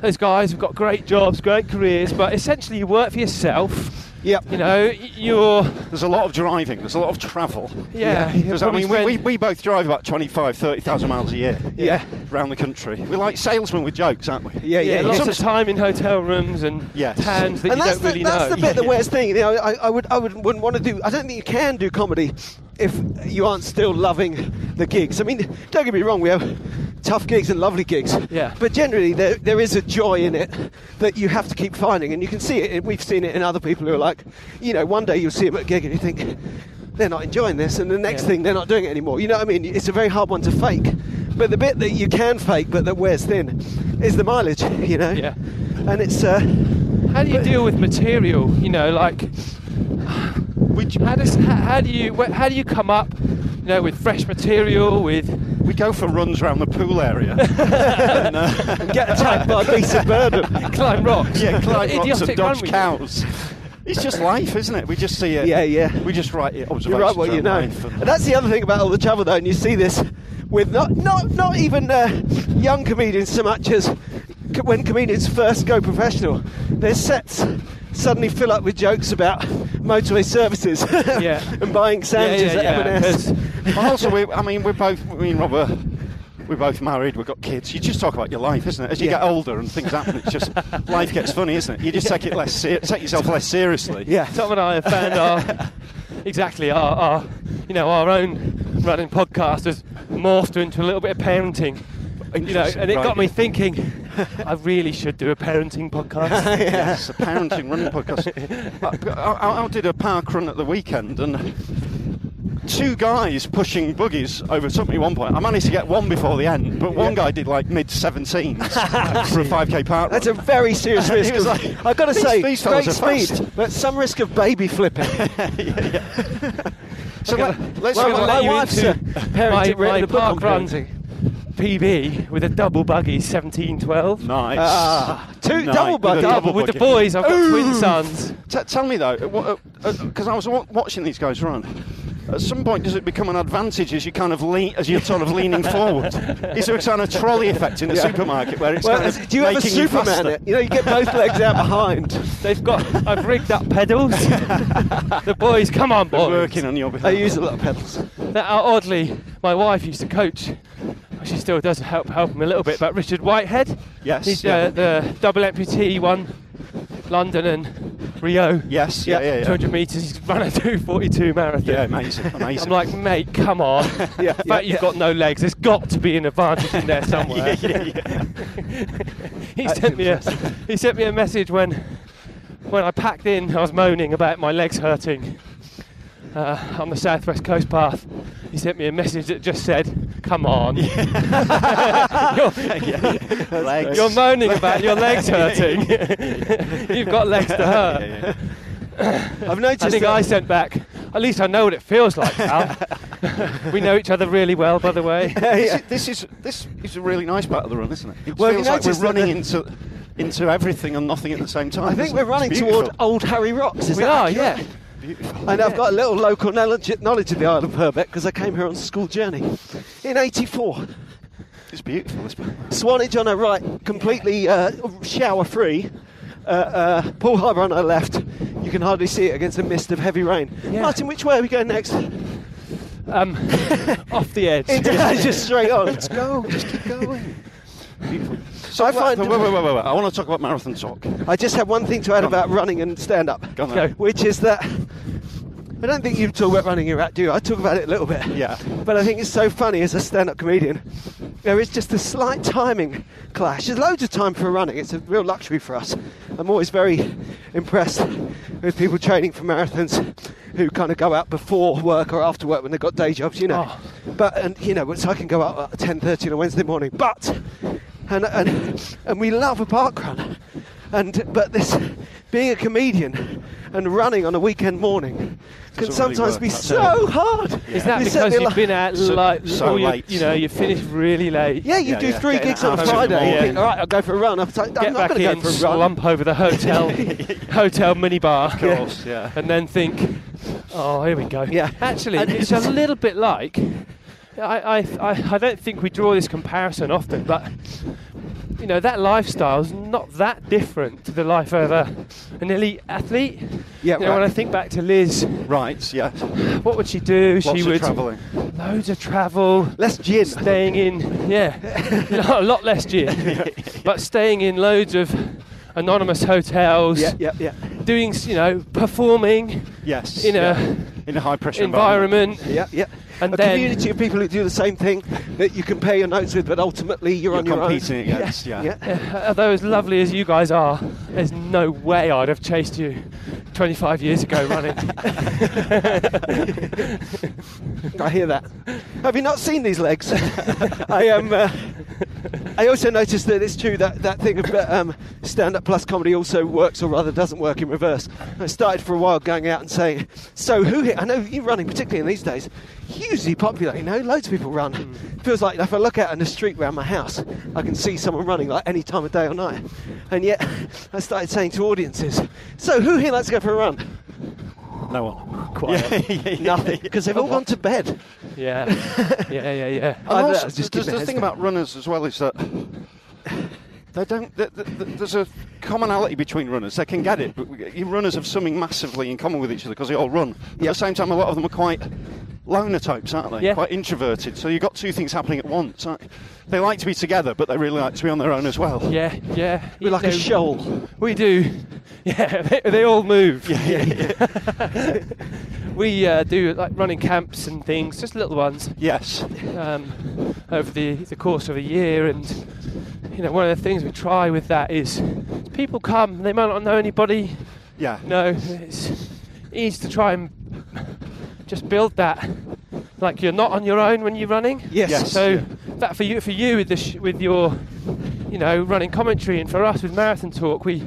Speaker 4: those guys have got great jobs, great careers, but essentially you work for yourself.
Speaker 3: Yep.
Speaker 4: You know, y- you're.
Speaker 5: There's a lot of driving. There's a lot of travel.
Speaker 4: Yeah, Yeah.
Speaker 5: There's- I mean, we,
Speaker 4: Probably
Speaker 5: we,
Speaker 4: spend-
Speaker 5: we both drive about 25, 30,000 miles a year.
Speaker 4: Yeah.
Speaker 5: Around the country. We're like salesmen with jokes, aren't we?
Speaker 3: Yeah, yeah,
Speaker 4: yeah, lots
Speaker 3: yeah.
Speaker 4: of time in hotel rooms and
Speaker 5: Yes.
Speaker 4: tans that
Speaker 3: and
Speaker 4: you
Speaker 3: that's
Speaker 4: don't
Speaker 3: the,
Speaker 4: really
Speaker 3: that's
Speaker 4: know.
Speaker 3: the bit the worst thing. You know, I, I would I would, wouldn't want to do. I don't think you can do comedy if you aren't still loving the gigs. I mean, don't get me wrong, we have tough gigs and lovely gigs.
Speaker 4: Yeah.
Speaker 3: But generally, there, there is a joy in it that you have to keep finding, and you can see it. We've seen it in other people who are like, you know, one day you'll see them at a gig and you think they're not enjoying this, and the next
Speaker 4: Yeah.
Speaker 3: thing they're not doing it anymore. You know what I mean? It's a very hard one to fake. But the bit that you can fake, but that wears thin, is the mileage. You know.
Speaker 4: Yeah.
Speaker 3: And it's. Uh,
Speaker 4: How do you deal with material? You know, like
Speaker 5: Which,
Speaker 4: how does how, how do you wh- how do you come up, you know, with fresh material with
Speaker 5: we go for runs around the pool area. and, uh,
Speaker 3: get attacked by a beast of burden.
Speaker 4: climb rocks?
Speaker 5: yeah, climb rocks
Speaker 4: Idiotic
Speaker 5: and
Speaker 4: language.
Speaker 5: dodge cows. It's just life, isn't it? We just see it.
Speaker 3: Yeah, yeah.
Speaker 5: We just write it observations
Speaker 3: You're right, what you
Speaker 5: around
Speaker 3: know.
Speaker 5: life and-
Speaker 3: And that's the other thing about all the travel, though, and you see this with not not not even uh, young comedians so much as c- when comedians first go professional, their sets suddenly fill up with jokes about motorway services
Speaker 4: Yeah.
Speaker 3: and buying sandwiches
Speaker 4: yeah, yeah,
Speaker 3: at M&S.
Speaker 5: Well, also, we, I mean, we're both, me and Rob are, we're both married, we've got kids. You just talk about your life, isn't it? As you
Speaker 3: Yeah.
Speaker 5: get older and things happen, it's just, life gets funny, isn't it? You just take it less, ser- take yourself less seriously.
Speaker 3: Yeah.
Speaker 4: Tom and I have found our exactly our, our you know our own running podcast has morphed into a little bit of parenting. You know,
Speaker 5: Interesting,
Speaker 4: and it
Speaker 5: right.
Speaker 4: got me thinking. I really should do a parenting podcast.
Speaker 5: Yes, a parenting running podcast. I, I, I did a park run at the weekend and two guys pushing buggies overtook me at one point. I managed to get one before the end, but one guy did like mid 17s for a 5k park
Speaker 3: That's a
Speaker 5: run.
Speaker 3: very serious
Speaker 5: He
Speaker 3: risk.
Speaker 5: was
Speaker 3: of-
Speaker 5: like,
Speaker 3: I've got to
Speaker 5: "These-
Speaker 3: say,
Speaker 5: these
Speaker 3: great
Speaker 5: fellas are
Speaker 3: speed,
Speaker 5: fast."
Speaker 3: but some risk of baby flipping.
Speaker 5: so let, us
Speaker 3: Well,
Speaker 4: I'm gonna
Speaker 3: my
Speaker 4: let you
Speaker 3: wife's
Speaker 4: into
Speaker 3: a parent
Speaker 4: my,
Speaker 3: who'd written
Speaker 4: my
Speaker 3: a book on
Speaker 4: park run
Speaker 3: parenting.
Speaker 4: PB with a double buggy 1712.
Speaker 5: Nice.
Speaker 3: Ah, two
Speaker 5: Nice.
Speaker 3: double buggy.
Speaker 5: Double
Speaker 4: Double with the
Speaker 5: buggy.
Speaker 4: boys. I've got twin sons.
Speaker 5: T- tell me though, because uh 'cause I was wa- watching these guys run. At some point, does it become an advantage as you kind of lean, as you're sort of leaning forward? Is there a kind of trolley effect in the supermarket where it's
Speaker 3: Well,
Speaker 5: kind
Speaker 3: is-
Speaker 5: of
Speaker 3: do you have a
Speaker 5: making you
Speaker 3: Superman?
Speaker 5: faster?
Speaker 3: it? You know, you get both legs out behind.
Speaker 4: They've got. I've rigged up pedals. the boys, come on,
Speaker 5: They're
Speaker 4: boys.
Speaker 5: working on your behalf.
Speaker 3: I use a lot of pedals.
Speaker 4: Now, uh, oddly, my wife used to coach. She still does help help him a little bit, but Richard Whitehead.
Speaker 5: Yes,
Speaker 4: He's
Speaker 5: yeah.
Speaker 4: uh, the double amputee one, London and Rio.
Speaker 5: Yes, yeah, yeah, yeah.
Speaker 4: 200 metres. He's run a 2:42 marathon.
Speaker 5: Yeah, amazing, amazing.
Speaker 4: I'm like, mate, come on.
Speaker 3: Yeah,
Speaker 4: the fact
Speaker 3: yeah,
Speaker 4: you've got no legs, there's got to be an advantage in there somewhere.
Speaker 5: yeah, yeah.
Speaker 4: he sent me a he sent me a message when when I packed in. I was moaning about my legs hurting uh, on the southwest coast path. He sent me a message that just said, "Come on, you're,
Speaker 5: Legs.
Speaker 4: you're moaning about your legs hurting. You've got legs to hurt."
Speaker 3: I've noticed.
Speaker 4: I think
Speaker 3: that-
Speaker 4: I sent back. At least I know what it feels like, pal. we know each other really well, by the way.
Speaker 5: This, is, this is this is a really nice part of the run, isn't it? It
Speaker 3: Well, you
Speaker 5: feels like we're
Speaker 3: notice that
Speaker 5: running
Speaker 3: the-
Speaker 5: into into everything and nothing at the same time.
Speaker 3: I think
Speaker 5: isn't
Speaker 3: we're
Speaker 5: it? It's
Speaker 3: running
Speaker 5: beautiful.
Speaker 3: toward Old Harry Rocks. Is
Speaker 4: we
Speaker 3: that
Speaker 4: are,
Speaker 3: accurate?
Speaker 4: yeah.
Speaker 3: And I've got a little local knowledge, knowledge of the Isle of Purbeck because I came here on a school journey in '84.
Speaker 5: It's beautiful. This part.
Speaker 3: Swanage on our right, completely uh, shower-free. Uh, uh, Paul Harbour on our left. You can hardly see it against a mist of heavy rain.
Speaker 4: Yeah.
Speaker 3: Martin, which way are we going next?
Speaker 4: Um, off the edge.
Speaker 3: Just straight on. Let's
Speaker 5: go, just keep going. Beautiful.
Speaker 3: So I find
Speaker 5: Wait, wait, wait, wait, wait. I want to talk about marathon talk.
Speaker 3: I just have one thing to add
Speaker 5: Go on.
Speaker 3: about running and stand up,
Speaker 5: Go on
Speaker 4: Go.
Speaker 5: then.
Speaker 3: which is that I don't think you talk about running your act, do you? I talk about it a little bit.
Speaker 5: Yeah.
Speaker 3: But I think it's so funny as a stand up comedian. There is just a slight timing clash. There's loads of time for running, it's a real luxury for us. I'm always very impressed with people training for marathons who kind of go out before work or after work when they've got day jobs, you know. But, and you know, so I can go out at 10.30 on a Wednesday morning. But, and, and, and we love a park run. And but this being a comedian and running on a weekend morning can
Speaker 8: Doesn't really
Speaker 3: sometimes
Speaker 8: work,
Speaker 3: be
Speaker 8: that's
Speaker 3: so
Speaker 8: it.
Speaker 3: hard.
Speaker 4: Is that
Speaker 3: You sit
Speaker 4: because
Speaker 3: there
Speaker 4: you've
Speaker 3: like-
Speaker 4: been out
Speaker 8: So-
Speaker 4: like,
Speaker 8: so
Speaker 4: or you-
Speaker 8: late.
Speaker 4: you know, you finish really late?
Speaker 3: Yeah, you
Speaker 8: Yeah,
Speaker 3: do
Speaker 8: yeah.
Speaker 3: three
Speaker 8: Getting
Speaker 3: gigs on
Speaker 8: out early in the
Speaker 3: Friday. You
Speaker 4: morning.
Speaker 3: think, all right, I'll go for a run. I'm, t- I'm
Speaker 4: Get
Speaker 3: not
Speaker 4: back
Speaker 3: going to go
Speaker 4: in,
Speaker 3: for a run.
Speaker 4: slump over the hotel, hotel minibar,
Speaker 8: Of course, yeah.
Speaker 4: and then think, oh, here we go.
Speaker 3: Yeah.
Speaker 4: Actually,
Speaker 3: And
Speaker 4: it's a
Speaker 3: it's-
Speaker 4: little bit like, I, I, I, I don't think we draw this comparison often, but you know that lifestyle's not that different to the life of a, an elite athlete.
Speaker 8: Yeah,
Speaker 4: You know,
Speaker 8: right.
Speaker 4: when I think back to Liz,
Speaker 8: Right, yeah.
Speaker 4: what would she do?
Speaker 8: Lots
Speaker 4: she
Speaker 8: of
Speaker 4: would
Speaker 8: travelling.
Speaker 4: loads of travel,
Speaker 3: Less gin.
Speaker 4: staying in, yeah, a lot less gin, but staying in loads of anonymous hotels,
Speaker 3: Yeah, yeah, yeah.
Speaker 4: doing, s- you know, performing
Speaker 8: Yes.
Speaker 4: in a
Speaker 8: yeah. in a high pressure
Speaker 4: environment.
Speaker 3: Yeah, yeah.
Speaker 4: And
Speaker 3: a
Speaker 4: then-
Speaker 3: community of people who do the same thing that you compare your notes with, but ultimately you're,
Speaker 8: You're
Speaker 3: on your own.
Speaker 8: competing against, yeah.
Speaker 4: Uh, Although as lovely as you guys are, there's no way I'd have chased you 25 years ago running.
Speaker 3: I hear that. Have you not seen these legs? I am. Uh, I also noticed that it's true that that thing of uh, um, stand-up plus comedy also works, or rather doesn't work in reverse. I started for a while going out and saying, "So who here?" I know you running, particularly in these days, hugely popular. You know, loads of people run.
Speaker 8: Hmm.
Speaker 3: Feels like if I look out in the street round my house, I can see someone running like any time of day or night. And yet, I started saying to audiences, "So who here likes to go for a run?"
Speaker 8: No one.
Speaker 4: Quiet.
Speaker 3: Nothing, because they've all gone to bed.
Speaker 4: Yeah, yeah, yeah, yeah.
Speaker 3: I
Speaker 8: And
Speaker 3: don't know,
Speaker 8: also,
Speaker 3: I just
Speaker 8: there's
Speaker 3: keep my
Speaker 8: the
Speaker 3: head
Speaker 8: thing
Speaker 3: down.
Speaker 8: about runners as well is that they don't. th th th there's a commonality between runners. They can get it, but we- runners have something massively in common with each other because they all run. But At the same time, a lot of them are quite loner types, aren't they?
Speaker 4: Yeah.
Speaker 8: Quite introverted. So you've got two things happening at once. Aren't you? They like to be together, but they really like to be on their own as well.
Speaker 4: Yeah, yeah.
Speaker 3: We're like a
Speaker 4: You know,
Speaker 3: shoal.
Speaker 4: We do. Yeah, they, they all move. Yeah, yeah, we uh, do like running camps and things, just little ones.
Speaker 8: Yes.
Speaker 4: um, over the, the course of a year. And you know, one of the things we try with that is people come, they might not know anybody.
Speaker 8: Yeah.
Speaker 4: No, it's easy to try and just build that. Like you're not on your own when you're running.
Speaker 3: Yes. Yes,
Speaker 4: So
Speaker 8: yeah.
Speaker 4: that for you, for you with the sh- with your, you know, running commentary, and for us with marathon talk, we. you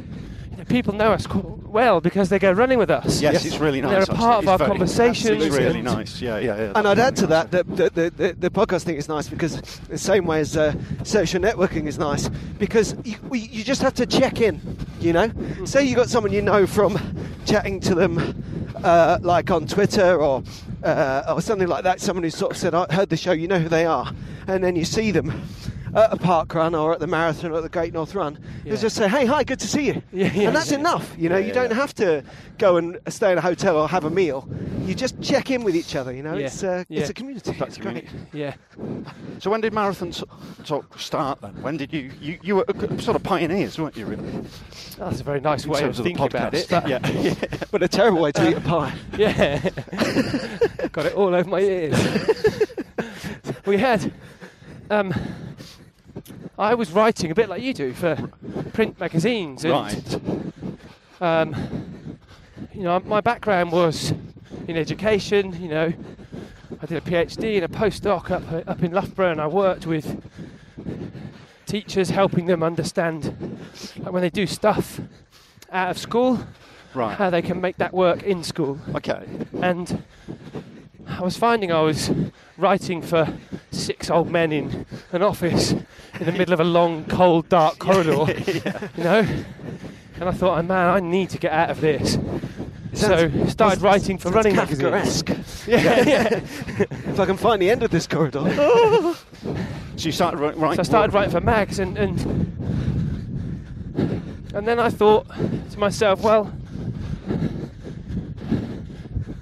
Speaker 4: know, People know us qu- well because they go running with us.
Speaker 8: Yes, it's really nice.
Speaker 4: They're a
Speaker 8: actually.
Speaker 4: part of
Speaker 8: It's
Speaker 4: our
Speaker 8: very-
Speaker 4: conversations.
Speaker 8: It's really
Speaker 4: and-
Speaker 8: nice. Yeah, yeah, yeah.
Speaker 3: And I'd add to that that the, the, the, the podcast thing is nice because the same way as uh, social networking is nice because you, we- you just have to check in, you know. Say you got someone you know from chatting to them, uh, like on Twitter or uh, or something like that. Someone who sort of said, "I heard the show," you know who they are, and then you see them at a park run or at the marathon or at the Great North Run. You
Speaker 4: Yeah.
Speaker 3: just say, "Hey, hi, good to see you,"
Speaker 4: Yeah, yeah.
Speaker 3: and that's enough. You know,
Speaker 8: Yeah,
Speaker 3: you
Speaker 8: yeah,
Speaker 3: don't
Speaker 8: yeah.
Speaker 3: have to go and stay in a hotel or have a meal. You just check in with each other. You know. No,
Speaker 4: Yeah.
Speaker 3: It's, uh,
Speaker 4: Yeah.
Speaker 3: it's a community.
Speaker 8: That's
Speaker 3: it's
Speaker 8: community.
Speaker 3: great.
Speaker 4: Yeah.
Speaker 8: So when did marathon t- talk start then? When did you you, you were uh, sort of pioneers, weren't you? Really, in
Speaker 4: That's a very nice way of
Speaker 8: terms
Speaker 4: thinking
Speaker 8: of the
Speaker 4: about it.
Speaker 8: podcast.
Speaker 4: but-
Speaker 8: yeah,
Speaker 3: But a terrible way to eat a pie.
Speaker 4: Yeah. Got it all over my ears. we had. Um, I was writing a bit like you do for print magazines. And,
Speaker 8: right.
Speaker 4: Um, you know, my background was in education. You know, I did a PhD and a postdoc up, up in Loughborough, and I worked with teachers helping them understand like, when they do stuff out of school, how
Speaker 8: Right.
Speaker 4: they can make that work in school
Speaker 8: Okay.
Speaker 4: and I was finding I was writing for six old men in an office in the middle of a long, cold, dark corridor, you know. And I thought, "Oh, man, I need to get out of this. So
Speaker 3: sounds-
Speaker 4: started writing for running magazines.
Speaker 3: Kafkaesque.
Speaker 4: Yeah, yeah.
Speaker 3: If I can find the end of this corridor.
Speaker 8: So you started ri- writing.
Speaker 4: So I started writing for mags, and and and then I thought to myself, well,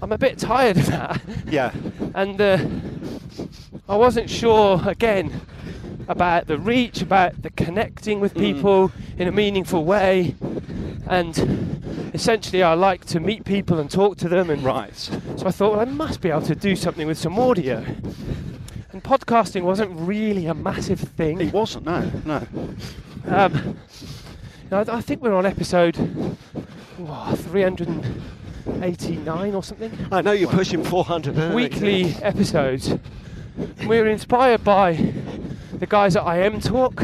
Speaker 4: I'm a bit tired of that.
Speaker 8: Yeah.
Speaker 4: and uh, I wasn't sure again about the reach, about the connecting
Speaker 8: Mm.
Speaker 4: with people in a meaningful way, and essentially I like to meet people and talk to them, and
Speaker 8: Right.
Speaker 4: so I thought well, I must be able to do something with some audio. And podcasting wasn't really a massive thing.
Speaker 8: It wasn't. No. No.
Speaker 4: Um, I, I think we're on episode whoa, 389 or something
Speaker 3: I know you're pushing 400. aren't you?
Speaker 4: weekly episodes. We were inspired by the guys at IM Talk,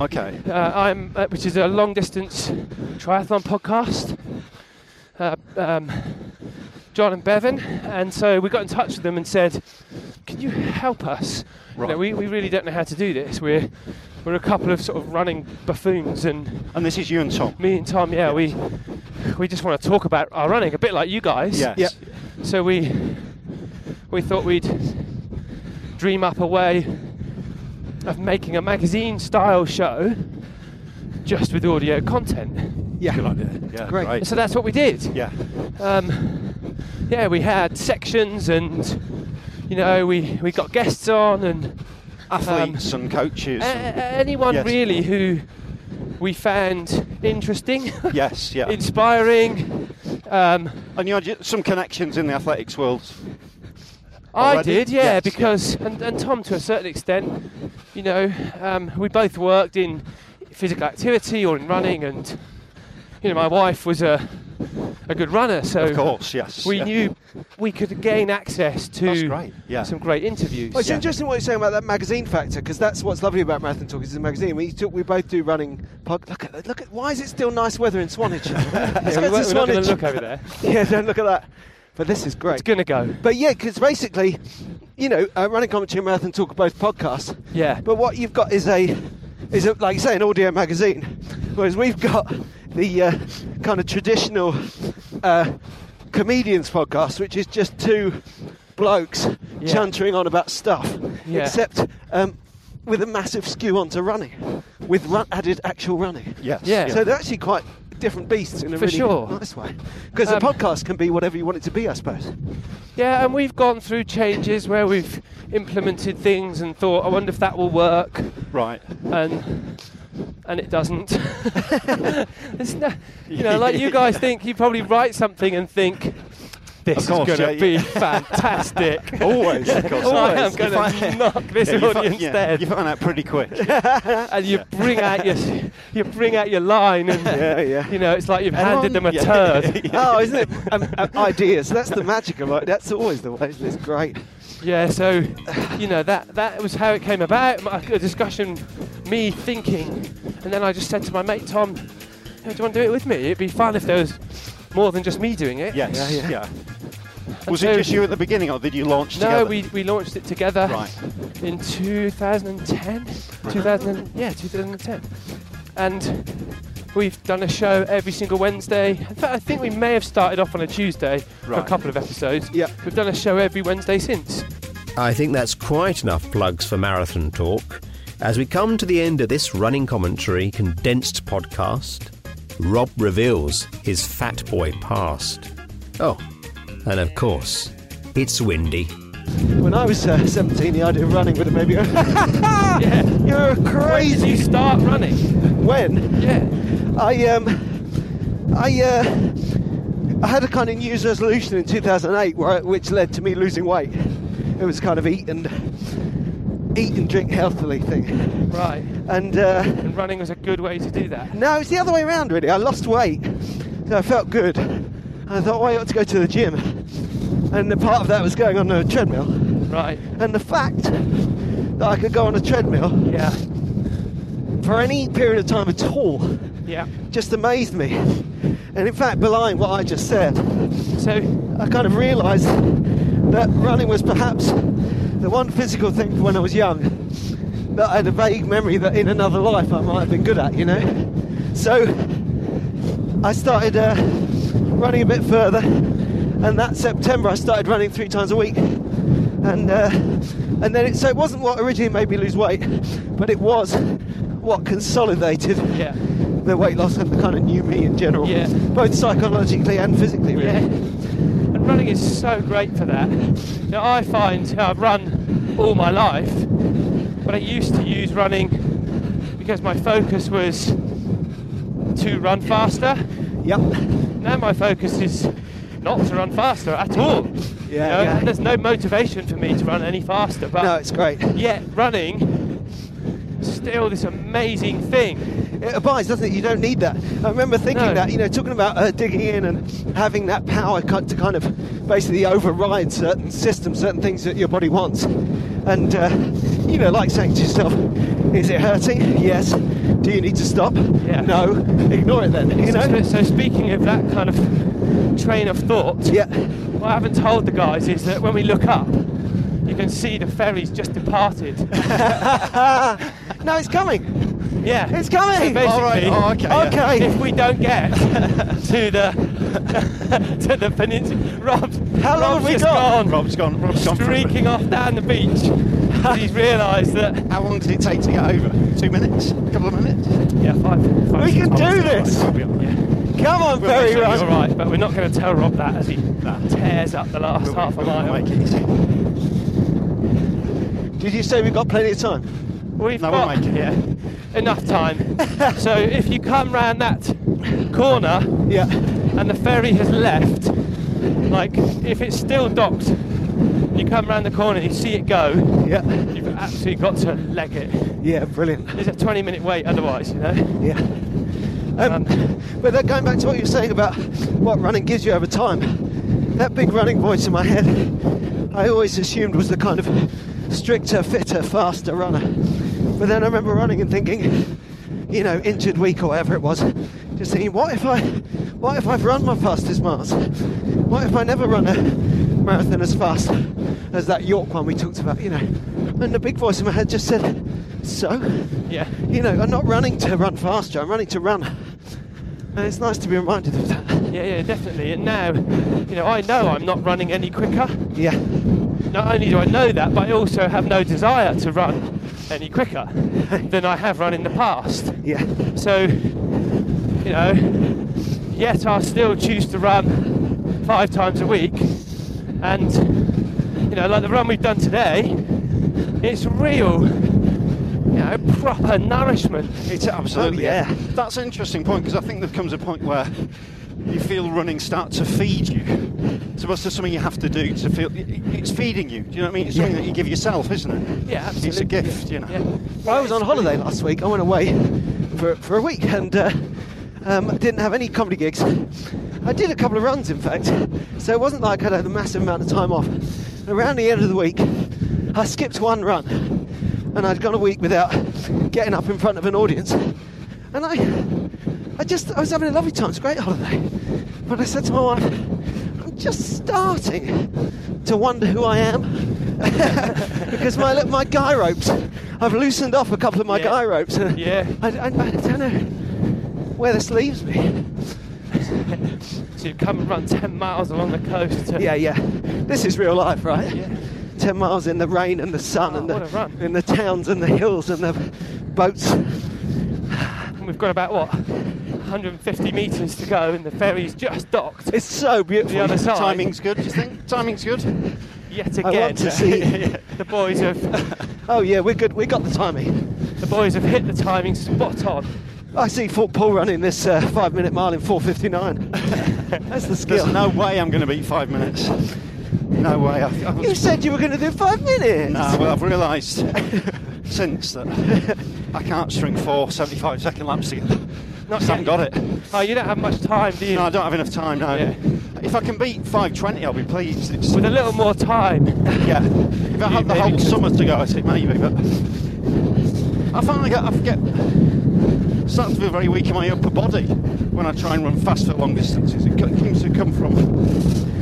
Speaker 5: Okay.
Speaker 4: Uh, I'm, uh, which is a long distance triathlon podcast. Uh, um, John and Bevan, and so we got in touch with them and said, "Can you help us? You know,
Speaker 5: Right.
Speaker 4: we, we really don't know how to do this. We're we're a couple of sort of running buffoons, and
Speaker 5: And this is you and Tom.
Speaker 4: me and Tom, yeah, we we just want to talk about our running a bit like you guys.
Speaker 5: Yes.
Speaker 4: Yeah. So we we thought we'd dream up a way of making a magazine style show just with audio content.
Speaker 9: Yeah.
Speaker 5: Good idea. Yeah.
Speaker 9: Great.
Speaker 5: Great.
Speaker 4: So that's what we did.
Speaker 5: Yeah.
Speaker 4: Um, yeah, we had sections and you know we, we got guests on and
Speaker 5: Athletes and coaches.
Speaker 4: a-
Speaker 5: and-
Speaker 4: a- anyone
Speaker 5: Yes.
Speaker 4: really who we found interesting,
Speaker 5: yes. Yeah.
Speaker 4: inspiring. Um,
Speaker 5: and you had y- some connections in the athletics world.
Speaker 4: I
Speaker 5: Already?
Speaker 4: did, yeah,
Speaker 5: Yes, yeah.
Speaker 4: because And, and Tom to a certain extent, you know, um, we both worked in physical activity or in running, and you know, my wife was a a good runner, so
Speaker 5: Of course. Yes.
Speaker 4: Oh, we
Speaker 5: yeah.
Speaker 4: knew we could gain access
Speaker 5: That's
Speaker 4: to
Speaker 5: great, yeah.
Speaker 4: some great interviews.
Speaker 3: Well, Oh, it's interesting what you're saying about that magazine factor because that's what's lovely about Marathon Talk is the magazine. We, took, we both do running. Pod- look at look at why is it still nice weather in Swanage? Let's
Speaker 4: Yeah,
Speaker 3: go
Speaker 4: we
Speaker 3: to
Speaker 4: weren't- we're not
Speaker 3: Swanage.
Speaker 4: going to look over there.
Speaker 3: yeah, don't look at that. But this is great.
Speaker 4: It's going to go.
Speaker 3: But yeah, because basically, you know, uh, running commentary and marathon talk are both podcasts.
Speaker 4: Yeah.
Speaker 3: But what you've got is a, is a, like you say, an audio magazine, whereas we've got the uh, kind of traditional uh, comedians podcast, which is just two blokes
Speaker 4: Yeah.
Speaker 3: chuntering on about stuff,
Speaker 4: Yeah.
Speaker 3: except um, with a massive skew onto running, with run- added actual running.
Speaker 5: Yes.
Speaker 4: Yeah.
Speaker 3: So they're actually quite different beasts in a
Speaker 4: For
Speaker 3: really
Speaker 4: sure.
Speaker 3: nice way. Because a
Speaker 4: Um,
Speaker 3: podcast can be whatever you want it to be, I suppose.
Speaker 4: Yeah, and we've gone through changes where we've implemented things and thought, I wonder if that will work,
Speaker 5: Right.
Speaker 4: and and it doesn't. it's no, you know, like you guys think you probably write something and think. This
Speaker 5: Of course,
Speaker 4: is going to
Speaker 5: yeah,
Speaker 4: be
Speaker 5: yeah."
Speaker 4: fantastic. Oh,
Speaker 5: Always, of course.
Speaker 4: I am
Speaker 5: Always.
Speaker 4: going
Speaker 5: You
Speaker 4: to
Speaker 5: find-
Speaker 4: knock this
Speaker 5: Yeah, you,
Speaker 4: audience
Speaker 5: find, yeah,
Speaker 4: dead,
Speaker 5: you find out pretty quick.
Speaker 4: and you bring out your you bring out your line, and
Speaker 3: yeah.
Speaker 4: you know it's like you've handed
Speaker 5: Everyone-
Speaker 4: them a
Speaker 5: yeah.
Speaker 4: turd.
Speaker 3: oh, isn't it? Um, um, ideas. That's the magic of it. That's always the way. It's great.
Speaker 4: Yeah, so you know that that was how it came about. My- A discussion, me thinking, and then I just said to my mate Tom, "Hey, "Do you want to do it with me? It'd be fun if there was more than just me doing it."
Speaker 5: Yes. Yeah. Was
Speaker 4: so-
Speaker 5: it just you at the beginning, or did you launch
Speaker 4: No,
Speaker 5: together?
Speaker 4: we, we launched it together
Speaker 5: Right.
Speaker 4: in 2010, 2000 yeah 2010, and we've done a show every single Wednesday. In fact, I think we may have started off on a Tuesday for a
Speaker 5: Right.
Speaker 4: couple of episodes.
Speaker 3: Yeah.
Speaker 4: we've done a show every Wednesday since.
Speaker 2: I think that's quite enough plugs for Marathon Talk. As we come to the end of this running commentary condensed podcast, Rob reveals his fat boy past. Oh, and of course, it's windy.
Speaker 3: When I was uh, 17, the idea of running would have made me go, You're
Speaker 4: When did
Speaker 3: crazy.
Speaker 4: you start running?
Speaker 3: When?
Speaker 4: Yeah.
Speaker 3: I, um, I, uh, I had a kind of New Year's resolution in 2008, where, which led to me losing weight. It was kind of eat and eat and drink healthily thing,
Speaker 4: Right.
Speaker 3: and. Uh,
Speaker 4: And running was a good way to do that.
Speaker 3: No, it's the other way around, really. I lost weight, so I felt good. And I thought, well, I ought to go to the gym. And the part of that was going on a treadmill.
Speaker 4: Right.
Speaker 3: And the fact that I could go on a treadmill
Speaker 4: Yeah.
Speaker 3: for any period of time at all
Speaker 4: Yeah.
Speaker 3: just amazed me. And in fact, belying what I just said,
Speaker 4: So,
Speaker 3: I kind of realised that running was perhaps the one physical thing when I was young that I had a vague memory that in another life I might have been good at, you know? So I started uh, running a bit further, and that September I started running three times a week. And, uh, and then it, so it wasn't what originally made me lose weight, but it was what consolidated
Speaker 4: yeah.
Speaker 3: the weight loss and the kind of new me in general,
Speaker 4: Yeah.
Speaker 3: both psychologically and physically, really.
Speaker 4: Yeah. And running is so great for that. Now, I find you know, I've run all my life, but I used to use running because my focus was to run faster.
Speaker 3: Yep.
Speaker 4: Now, my focus is not to run faster at all. You
Speaker 3: Yeah,
Speaker 4: know,
Speaker 3: yeah.
Speaker 4: There's no motivation for me to run any faster, but
Speaker 3: No, it's great.
Speaker 4: yet running is still this amazing thing.
Speaker 3: It abides, doesn't it? You don't need that. I remember thinking
Speaker 4: No.
Speaker 3: that, you know, talking about uh, digging in and having that power cut to kind of basically override certain systems, certain things that your body wants. And, uh, you know, like saying to yourself, is it hurting? Yes. Do you need to stop?
Speaker 4: Yeah.
Speaker 3: No. Ignore it then. You know.
Speaker 4: So, so speaking of that kind of train of thought,
Speaker 3: Yeah.
Speaker 4: what I haven't told the guys is that when we look up, you can see the ferry's just departed.
Speaker 3: No, it's coming.
Speaker 4: Yeah,
Speaker 3: It's coming!
Speaker 4: So basically,
Speaker 3: All right, oh, okay, yeah. Okay.
Speaker 4: If we don't get to the to the peninsula, Rob,
Speaker 3: How long
Speaker 4: Rob's
Speaker 3: have we
Speaker 4: just
Speaker 3: got?
Speaker 4: gone.
Speaker 5: Rob's gone. Rob's gone. for a bit.
Speaker 4: streaking off down the beach. 'cause he's realised that
Speaker 5: How long did it take to get over? Two minutes? A couple of minutes?
Speaker 4: yeah, five, five
Speaker 3: We
Speaker 4: six
Speaker 3: can
Speaker 4: miles.
Speaker 3: do this. Come on,
Speaker 4: We'll
Speaker 3: ferry
Speaker 4: make sure he's
Speaker 3: run.
Speaker 4: all right, but we're not going to tell Rob that as he tears up the last half a mile.
Speaker 5: Make it easy.
Speaker 3: Did you say we've got plenty of time?
Speaker 4: We've
Speaker 5: No, we'll
Speaker 4: got
Speaker 5: make it.
Speaker 4: yeah, enough time. so if you come round that corner
Speaker 3: Yeah.
Speaker 4: and the ferry has left, like if it's still docked, you come round the corner, you see it go,
Speaker 3: Yeah.
Speaker 4: you've absolutely got to leg it.
Speaker 3: Yeah. Brilliant.
Speaker 4: There's a 20 minute wait otherwise, you know.
Speaker 3: Yeah. Um, but that going back to what you were saying about what running gives you over time, that big running voice in my head, I always assumed was the kind of stricter, fitter, faster runner. But then I remember running and thinking, you know, injured week or whatever it was, just thinking, what if I, what if I've run my fastest miles? What if I never run a marathon as fast as that York one we talked about, you know? And the big voice in my head just said, so
Speaker 4: Yeah.
Speaker 3: you know, I'm not running to run faster, I'm running to run. And it's nice to be reminded of that.
Speaker 4: Yeah, yeah, definitely. And now, you know, I know I'm not running any quicker.
Speaker 3: Yeah,
Speaker 4: Not only do I know that, but I also have no desire to run any quicker than I have run in the past.
Speaker 3: yeah,
Speaker 4: So, you know, yet I still choose to run five times a week. And, you know, like the run we've done today, it's real, you know, proper nourishment.
Speaker 5: It's absolutely.
Speaker 3: Oh, yeah.
Speaker 5: That's an interesting point because I think there comes a point where you feel running start to feed you. So that's just something you have to do to feel. It's feeding you. Do you know what I mean? It's something that you give yourself, isn't it?
Speaker 4: Yeah, absolutely.
Speaker 5: It's a gift, you know.
Speaker 4: Yeah.
Speaker 3: Well, I was on holiday last week. I went away for, for a week and uh, um, I didn't have any comedy gigs. I did a couple of runs, in fact, so it wasn't like I'd had a massive amount of time off. Around the end of the week, I skipped one run and I'd gone a week without getting up in front of an audience. And I, I just, I was having a lovely time. It's a great holiday. But I said to my wife, I'm just starting to wonder who I am because my li- my guy ropes, I've loosened off a couple of my
Speaker 4: Yeah.
Speaker 3: guy ropes. And
Speaker 4: Yeah.
Speaker 3: I, I, I don't know where this leaves me.
Speaker 4: So you come and run 10 miles along the coast. To,
Speaker 3: Yeah, yeah. This is real life, right?
Speaker 4: Yeah.
Speaker 3: Ten miles in the rain and the sun
Speaker 4: Oh,
Speaker 3: and
Speaker 4: what a
Speaker 3: the
Speaker 4: run.
Speaker 3: in the towns and the hills and the boats.
Speaker 4: And we've got about, what, 150 metres to go and the ferry's just docked
Speaker 3: It's so beautiful.
Speaker 4: the other side.
Speaker 5: Timing's good, do you think? Timing's good.
Speaker 4: Yet
Speaker 3: I
Speaker 4: again.
Speaker 3: want to see.
Speaker 4: The boys have
Speaker 3: oh yeah, we're good. We got the timing.
Speaker 4: the boys have hit the timing spot on.
Speaker 3: I see Fort Paul running this uh, five-minute mile in 4:59. That's the skill.
Speaker 5: There's no way I'm going to beat five minutes. No way. I, I
Speaker 3: You
Speaker 5: was,
Speaker 3: said you were going to do five minutes.
Speaker 5: no, well, I've realised since that I can't string four 75 second laps together.
Speaker 4: Not
Speaker 5: Just haven't
Speaker 4: yet.
Speaker 5: got it.
Speaker 4: Oh, you don't have much time, do you?
Speaker 5: No, I don't have enough time now.
Speaker 4: Yeah.
Speaker 5: If I can beat 520, I'll be pleased. It's,
Speaker 4: With a little more time.
Speaker 5: yeah. If I had the
Speaker 4: Maybe
Speaker 5: whole
Speaker 4: because-
Speaker 5: summer to go, I think maybe, but I find I get, I get start to feel very weak in my upper body when I try and run fast for long distances. It co- seems to come from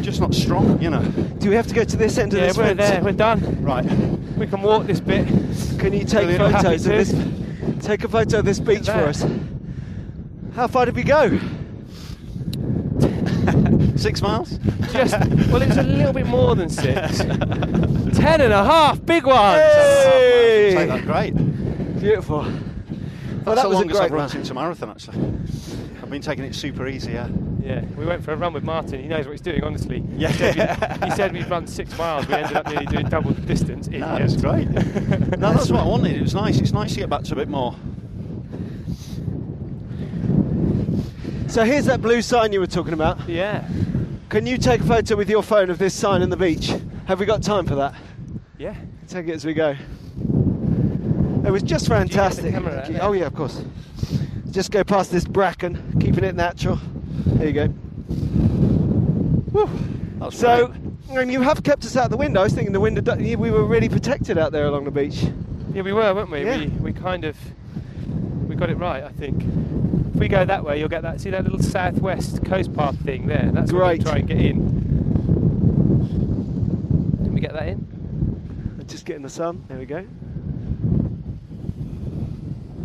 Speaker 5: just not strong, you know.
Speaker 3: Do we have to go to this end of
Speaker 4: yeah,
Speaker 3: this
Speaker 4: we're
Speaker 3: fence?
Speaker 4: there. We're done.
Speaker 5: Right.
Speaker 4: We can walk this bit.
Speaker 3: Can you take
Speaker 4: Brilliant.
Speaker 3: photos of
Speaker 4: Happy
Speaker 3: this?
Speaker 4: to.
Speaker 3: Take a photo of this beach for
Speaker 4: there.
Speaker 3: us. How far did we go?
Speaker 5: Six miles?
Speaker 4: Just well, it was a little bit more than six. Ten and a half, big ones.
Speaker 3: Hey!
Speaker 5: Take that, great.
Speaker 3: Beautiful. Well, that
Speaker 5: That's the
Speaker 3: was a
Speaker 5: longest
Speaker 3: great
Speaker 5: I've run
Speaker 3: run.
Speaker 5: since a marathon, actually. I've been taking it super easy, yeah.
Speaker 4: Yeah, we went for a run with Martin. He knows what he's doing, honestly.
Speaker 5: Yeah.
Speaker 4: He said, we, he said we'd run six miles. We ended up nearly doing double the distance.
Speaker 5: No,
Speaker 4: Idiot.
Speaker 5: that's great. no, that's what I wanted. It was nice. It's nice to get back to a bit more.
Speaker 3: So here's that blue sign you were talking about.
Speaker 4: Yeah.
Speaker 3: Can you take a photo with your phone of this sign on the beach? Have we got time for that?
Speaker 4: Yeah.
Speaker 3: Take it as we go. It was just
Speaker 4: the
Speaker 3: fantastic.
Speaker 4: camera out
Speaker 3: Thank you.
Speaker 4: there?
Speaker 3: Oh yeah, of course. Just go past this bracken, keeping it natural. There you go.
Speaker 5: That's
Speaker 3: So,
Speaker 5: great.
Speaker 3: and you have kept us out the wind. I was thinking the wind. We were really protected out there along the beach.
Speaker 4: Yeah, we were, weren't we?
Speaker 3: Yeah.
Speaker 4: We we kind of we got it right, I think. If we go that way, you'll get that. See that little southwest coast path thing there? That's where we
Speaker 3: Great.
Speaker 4: try and get in. Did we get that in?
Speaker 3: Just get in the sun. There we go.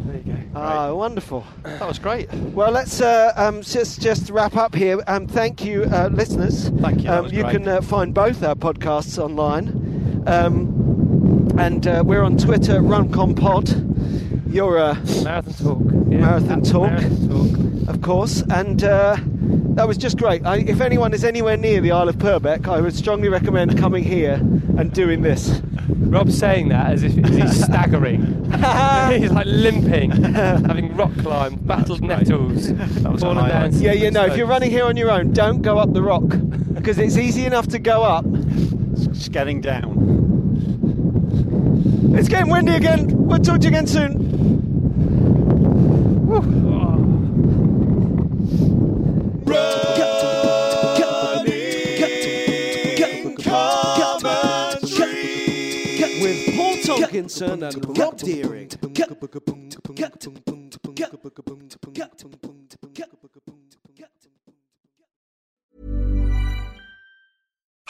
Speaker 3: There you go. Ah, wonderful.
Speaker 5: That was great.
Speaker 3: Well, let's uh, um, just just wrap up here. Um, thank you, uh, listeners. Thank
Speaker 5: you, that
Speaker 3: Um,
Speaker 5: was
Speaker 3: you
Speaker 5: great.
Speaker 3: can uh, find both our podcasts online, um, and uh, we're on Twitter, RunComPod. You're uh,
Speaker 4: Marathon Talk. Yeah,
Speaker 3: Marathon
Speaker 4: that's
Speaker 3: Talk,
Speaker 4: Marathon Talk.
Speaker 3: of course, and. Uh, that was just great. I, if anyone is anywhere near the Isle of Purbeck, I would strongly recommend coming here and doing this.
Speaker 4: Rob's saying that as if he's staggering. he's like limping, having rock climbed, battled nettles,
Speaker 5: was a
Speaker 4: fallen down.
Speaker 5: highlight.
Speaker 3: Yeah, you know, if you're running here on your own, don't go up the rock because it's easy enough to go up.
Speaker 5: Just getting down.
Speaker 3: It's getting windy again. We'll talk to you again soon. With Paul Tomkinson and Rob Deering.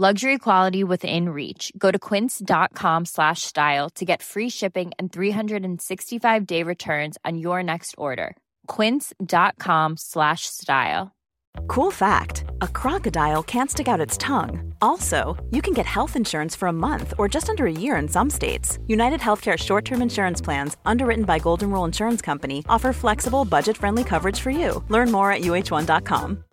Speaker 10: Luxury quality within reach. Go to quince.com slash style to get free shipping and 365 day returns on your next order. Quince.com slash style.
Speaker 11: Cool fact a crocodile can't stick out its tongue. Also, you can get health insurance for a month or just under a year in some states. United Healthcare short term insurance plans, underwritten by Golden Rule Insurance Company, offer flexible, budget friendly coverage for you. Learn more at uh1.com.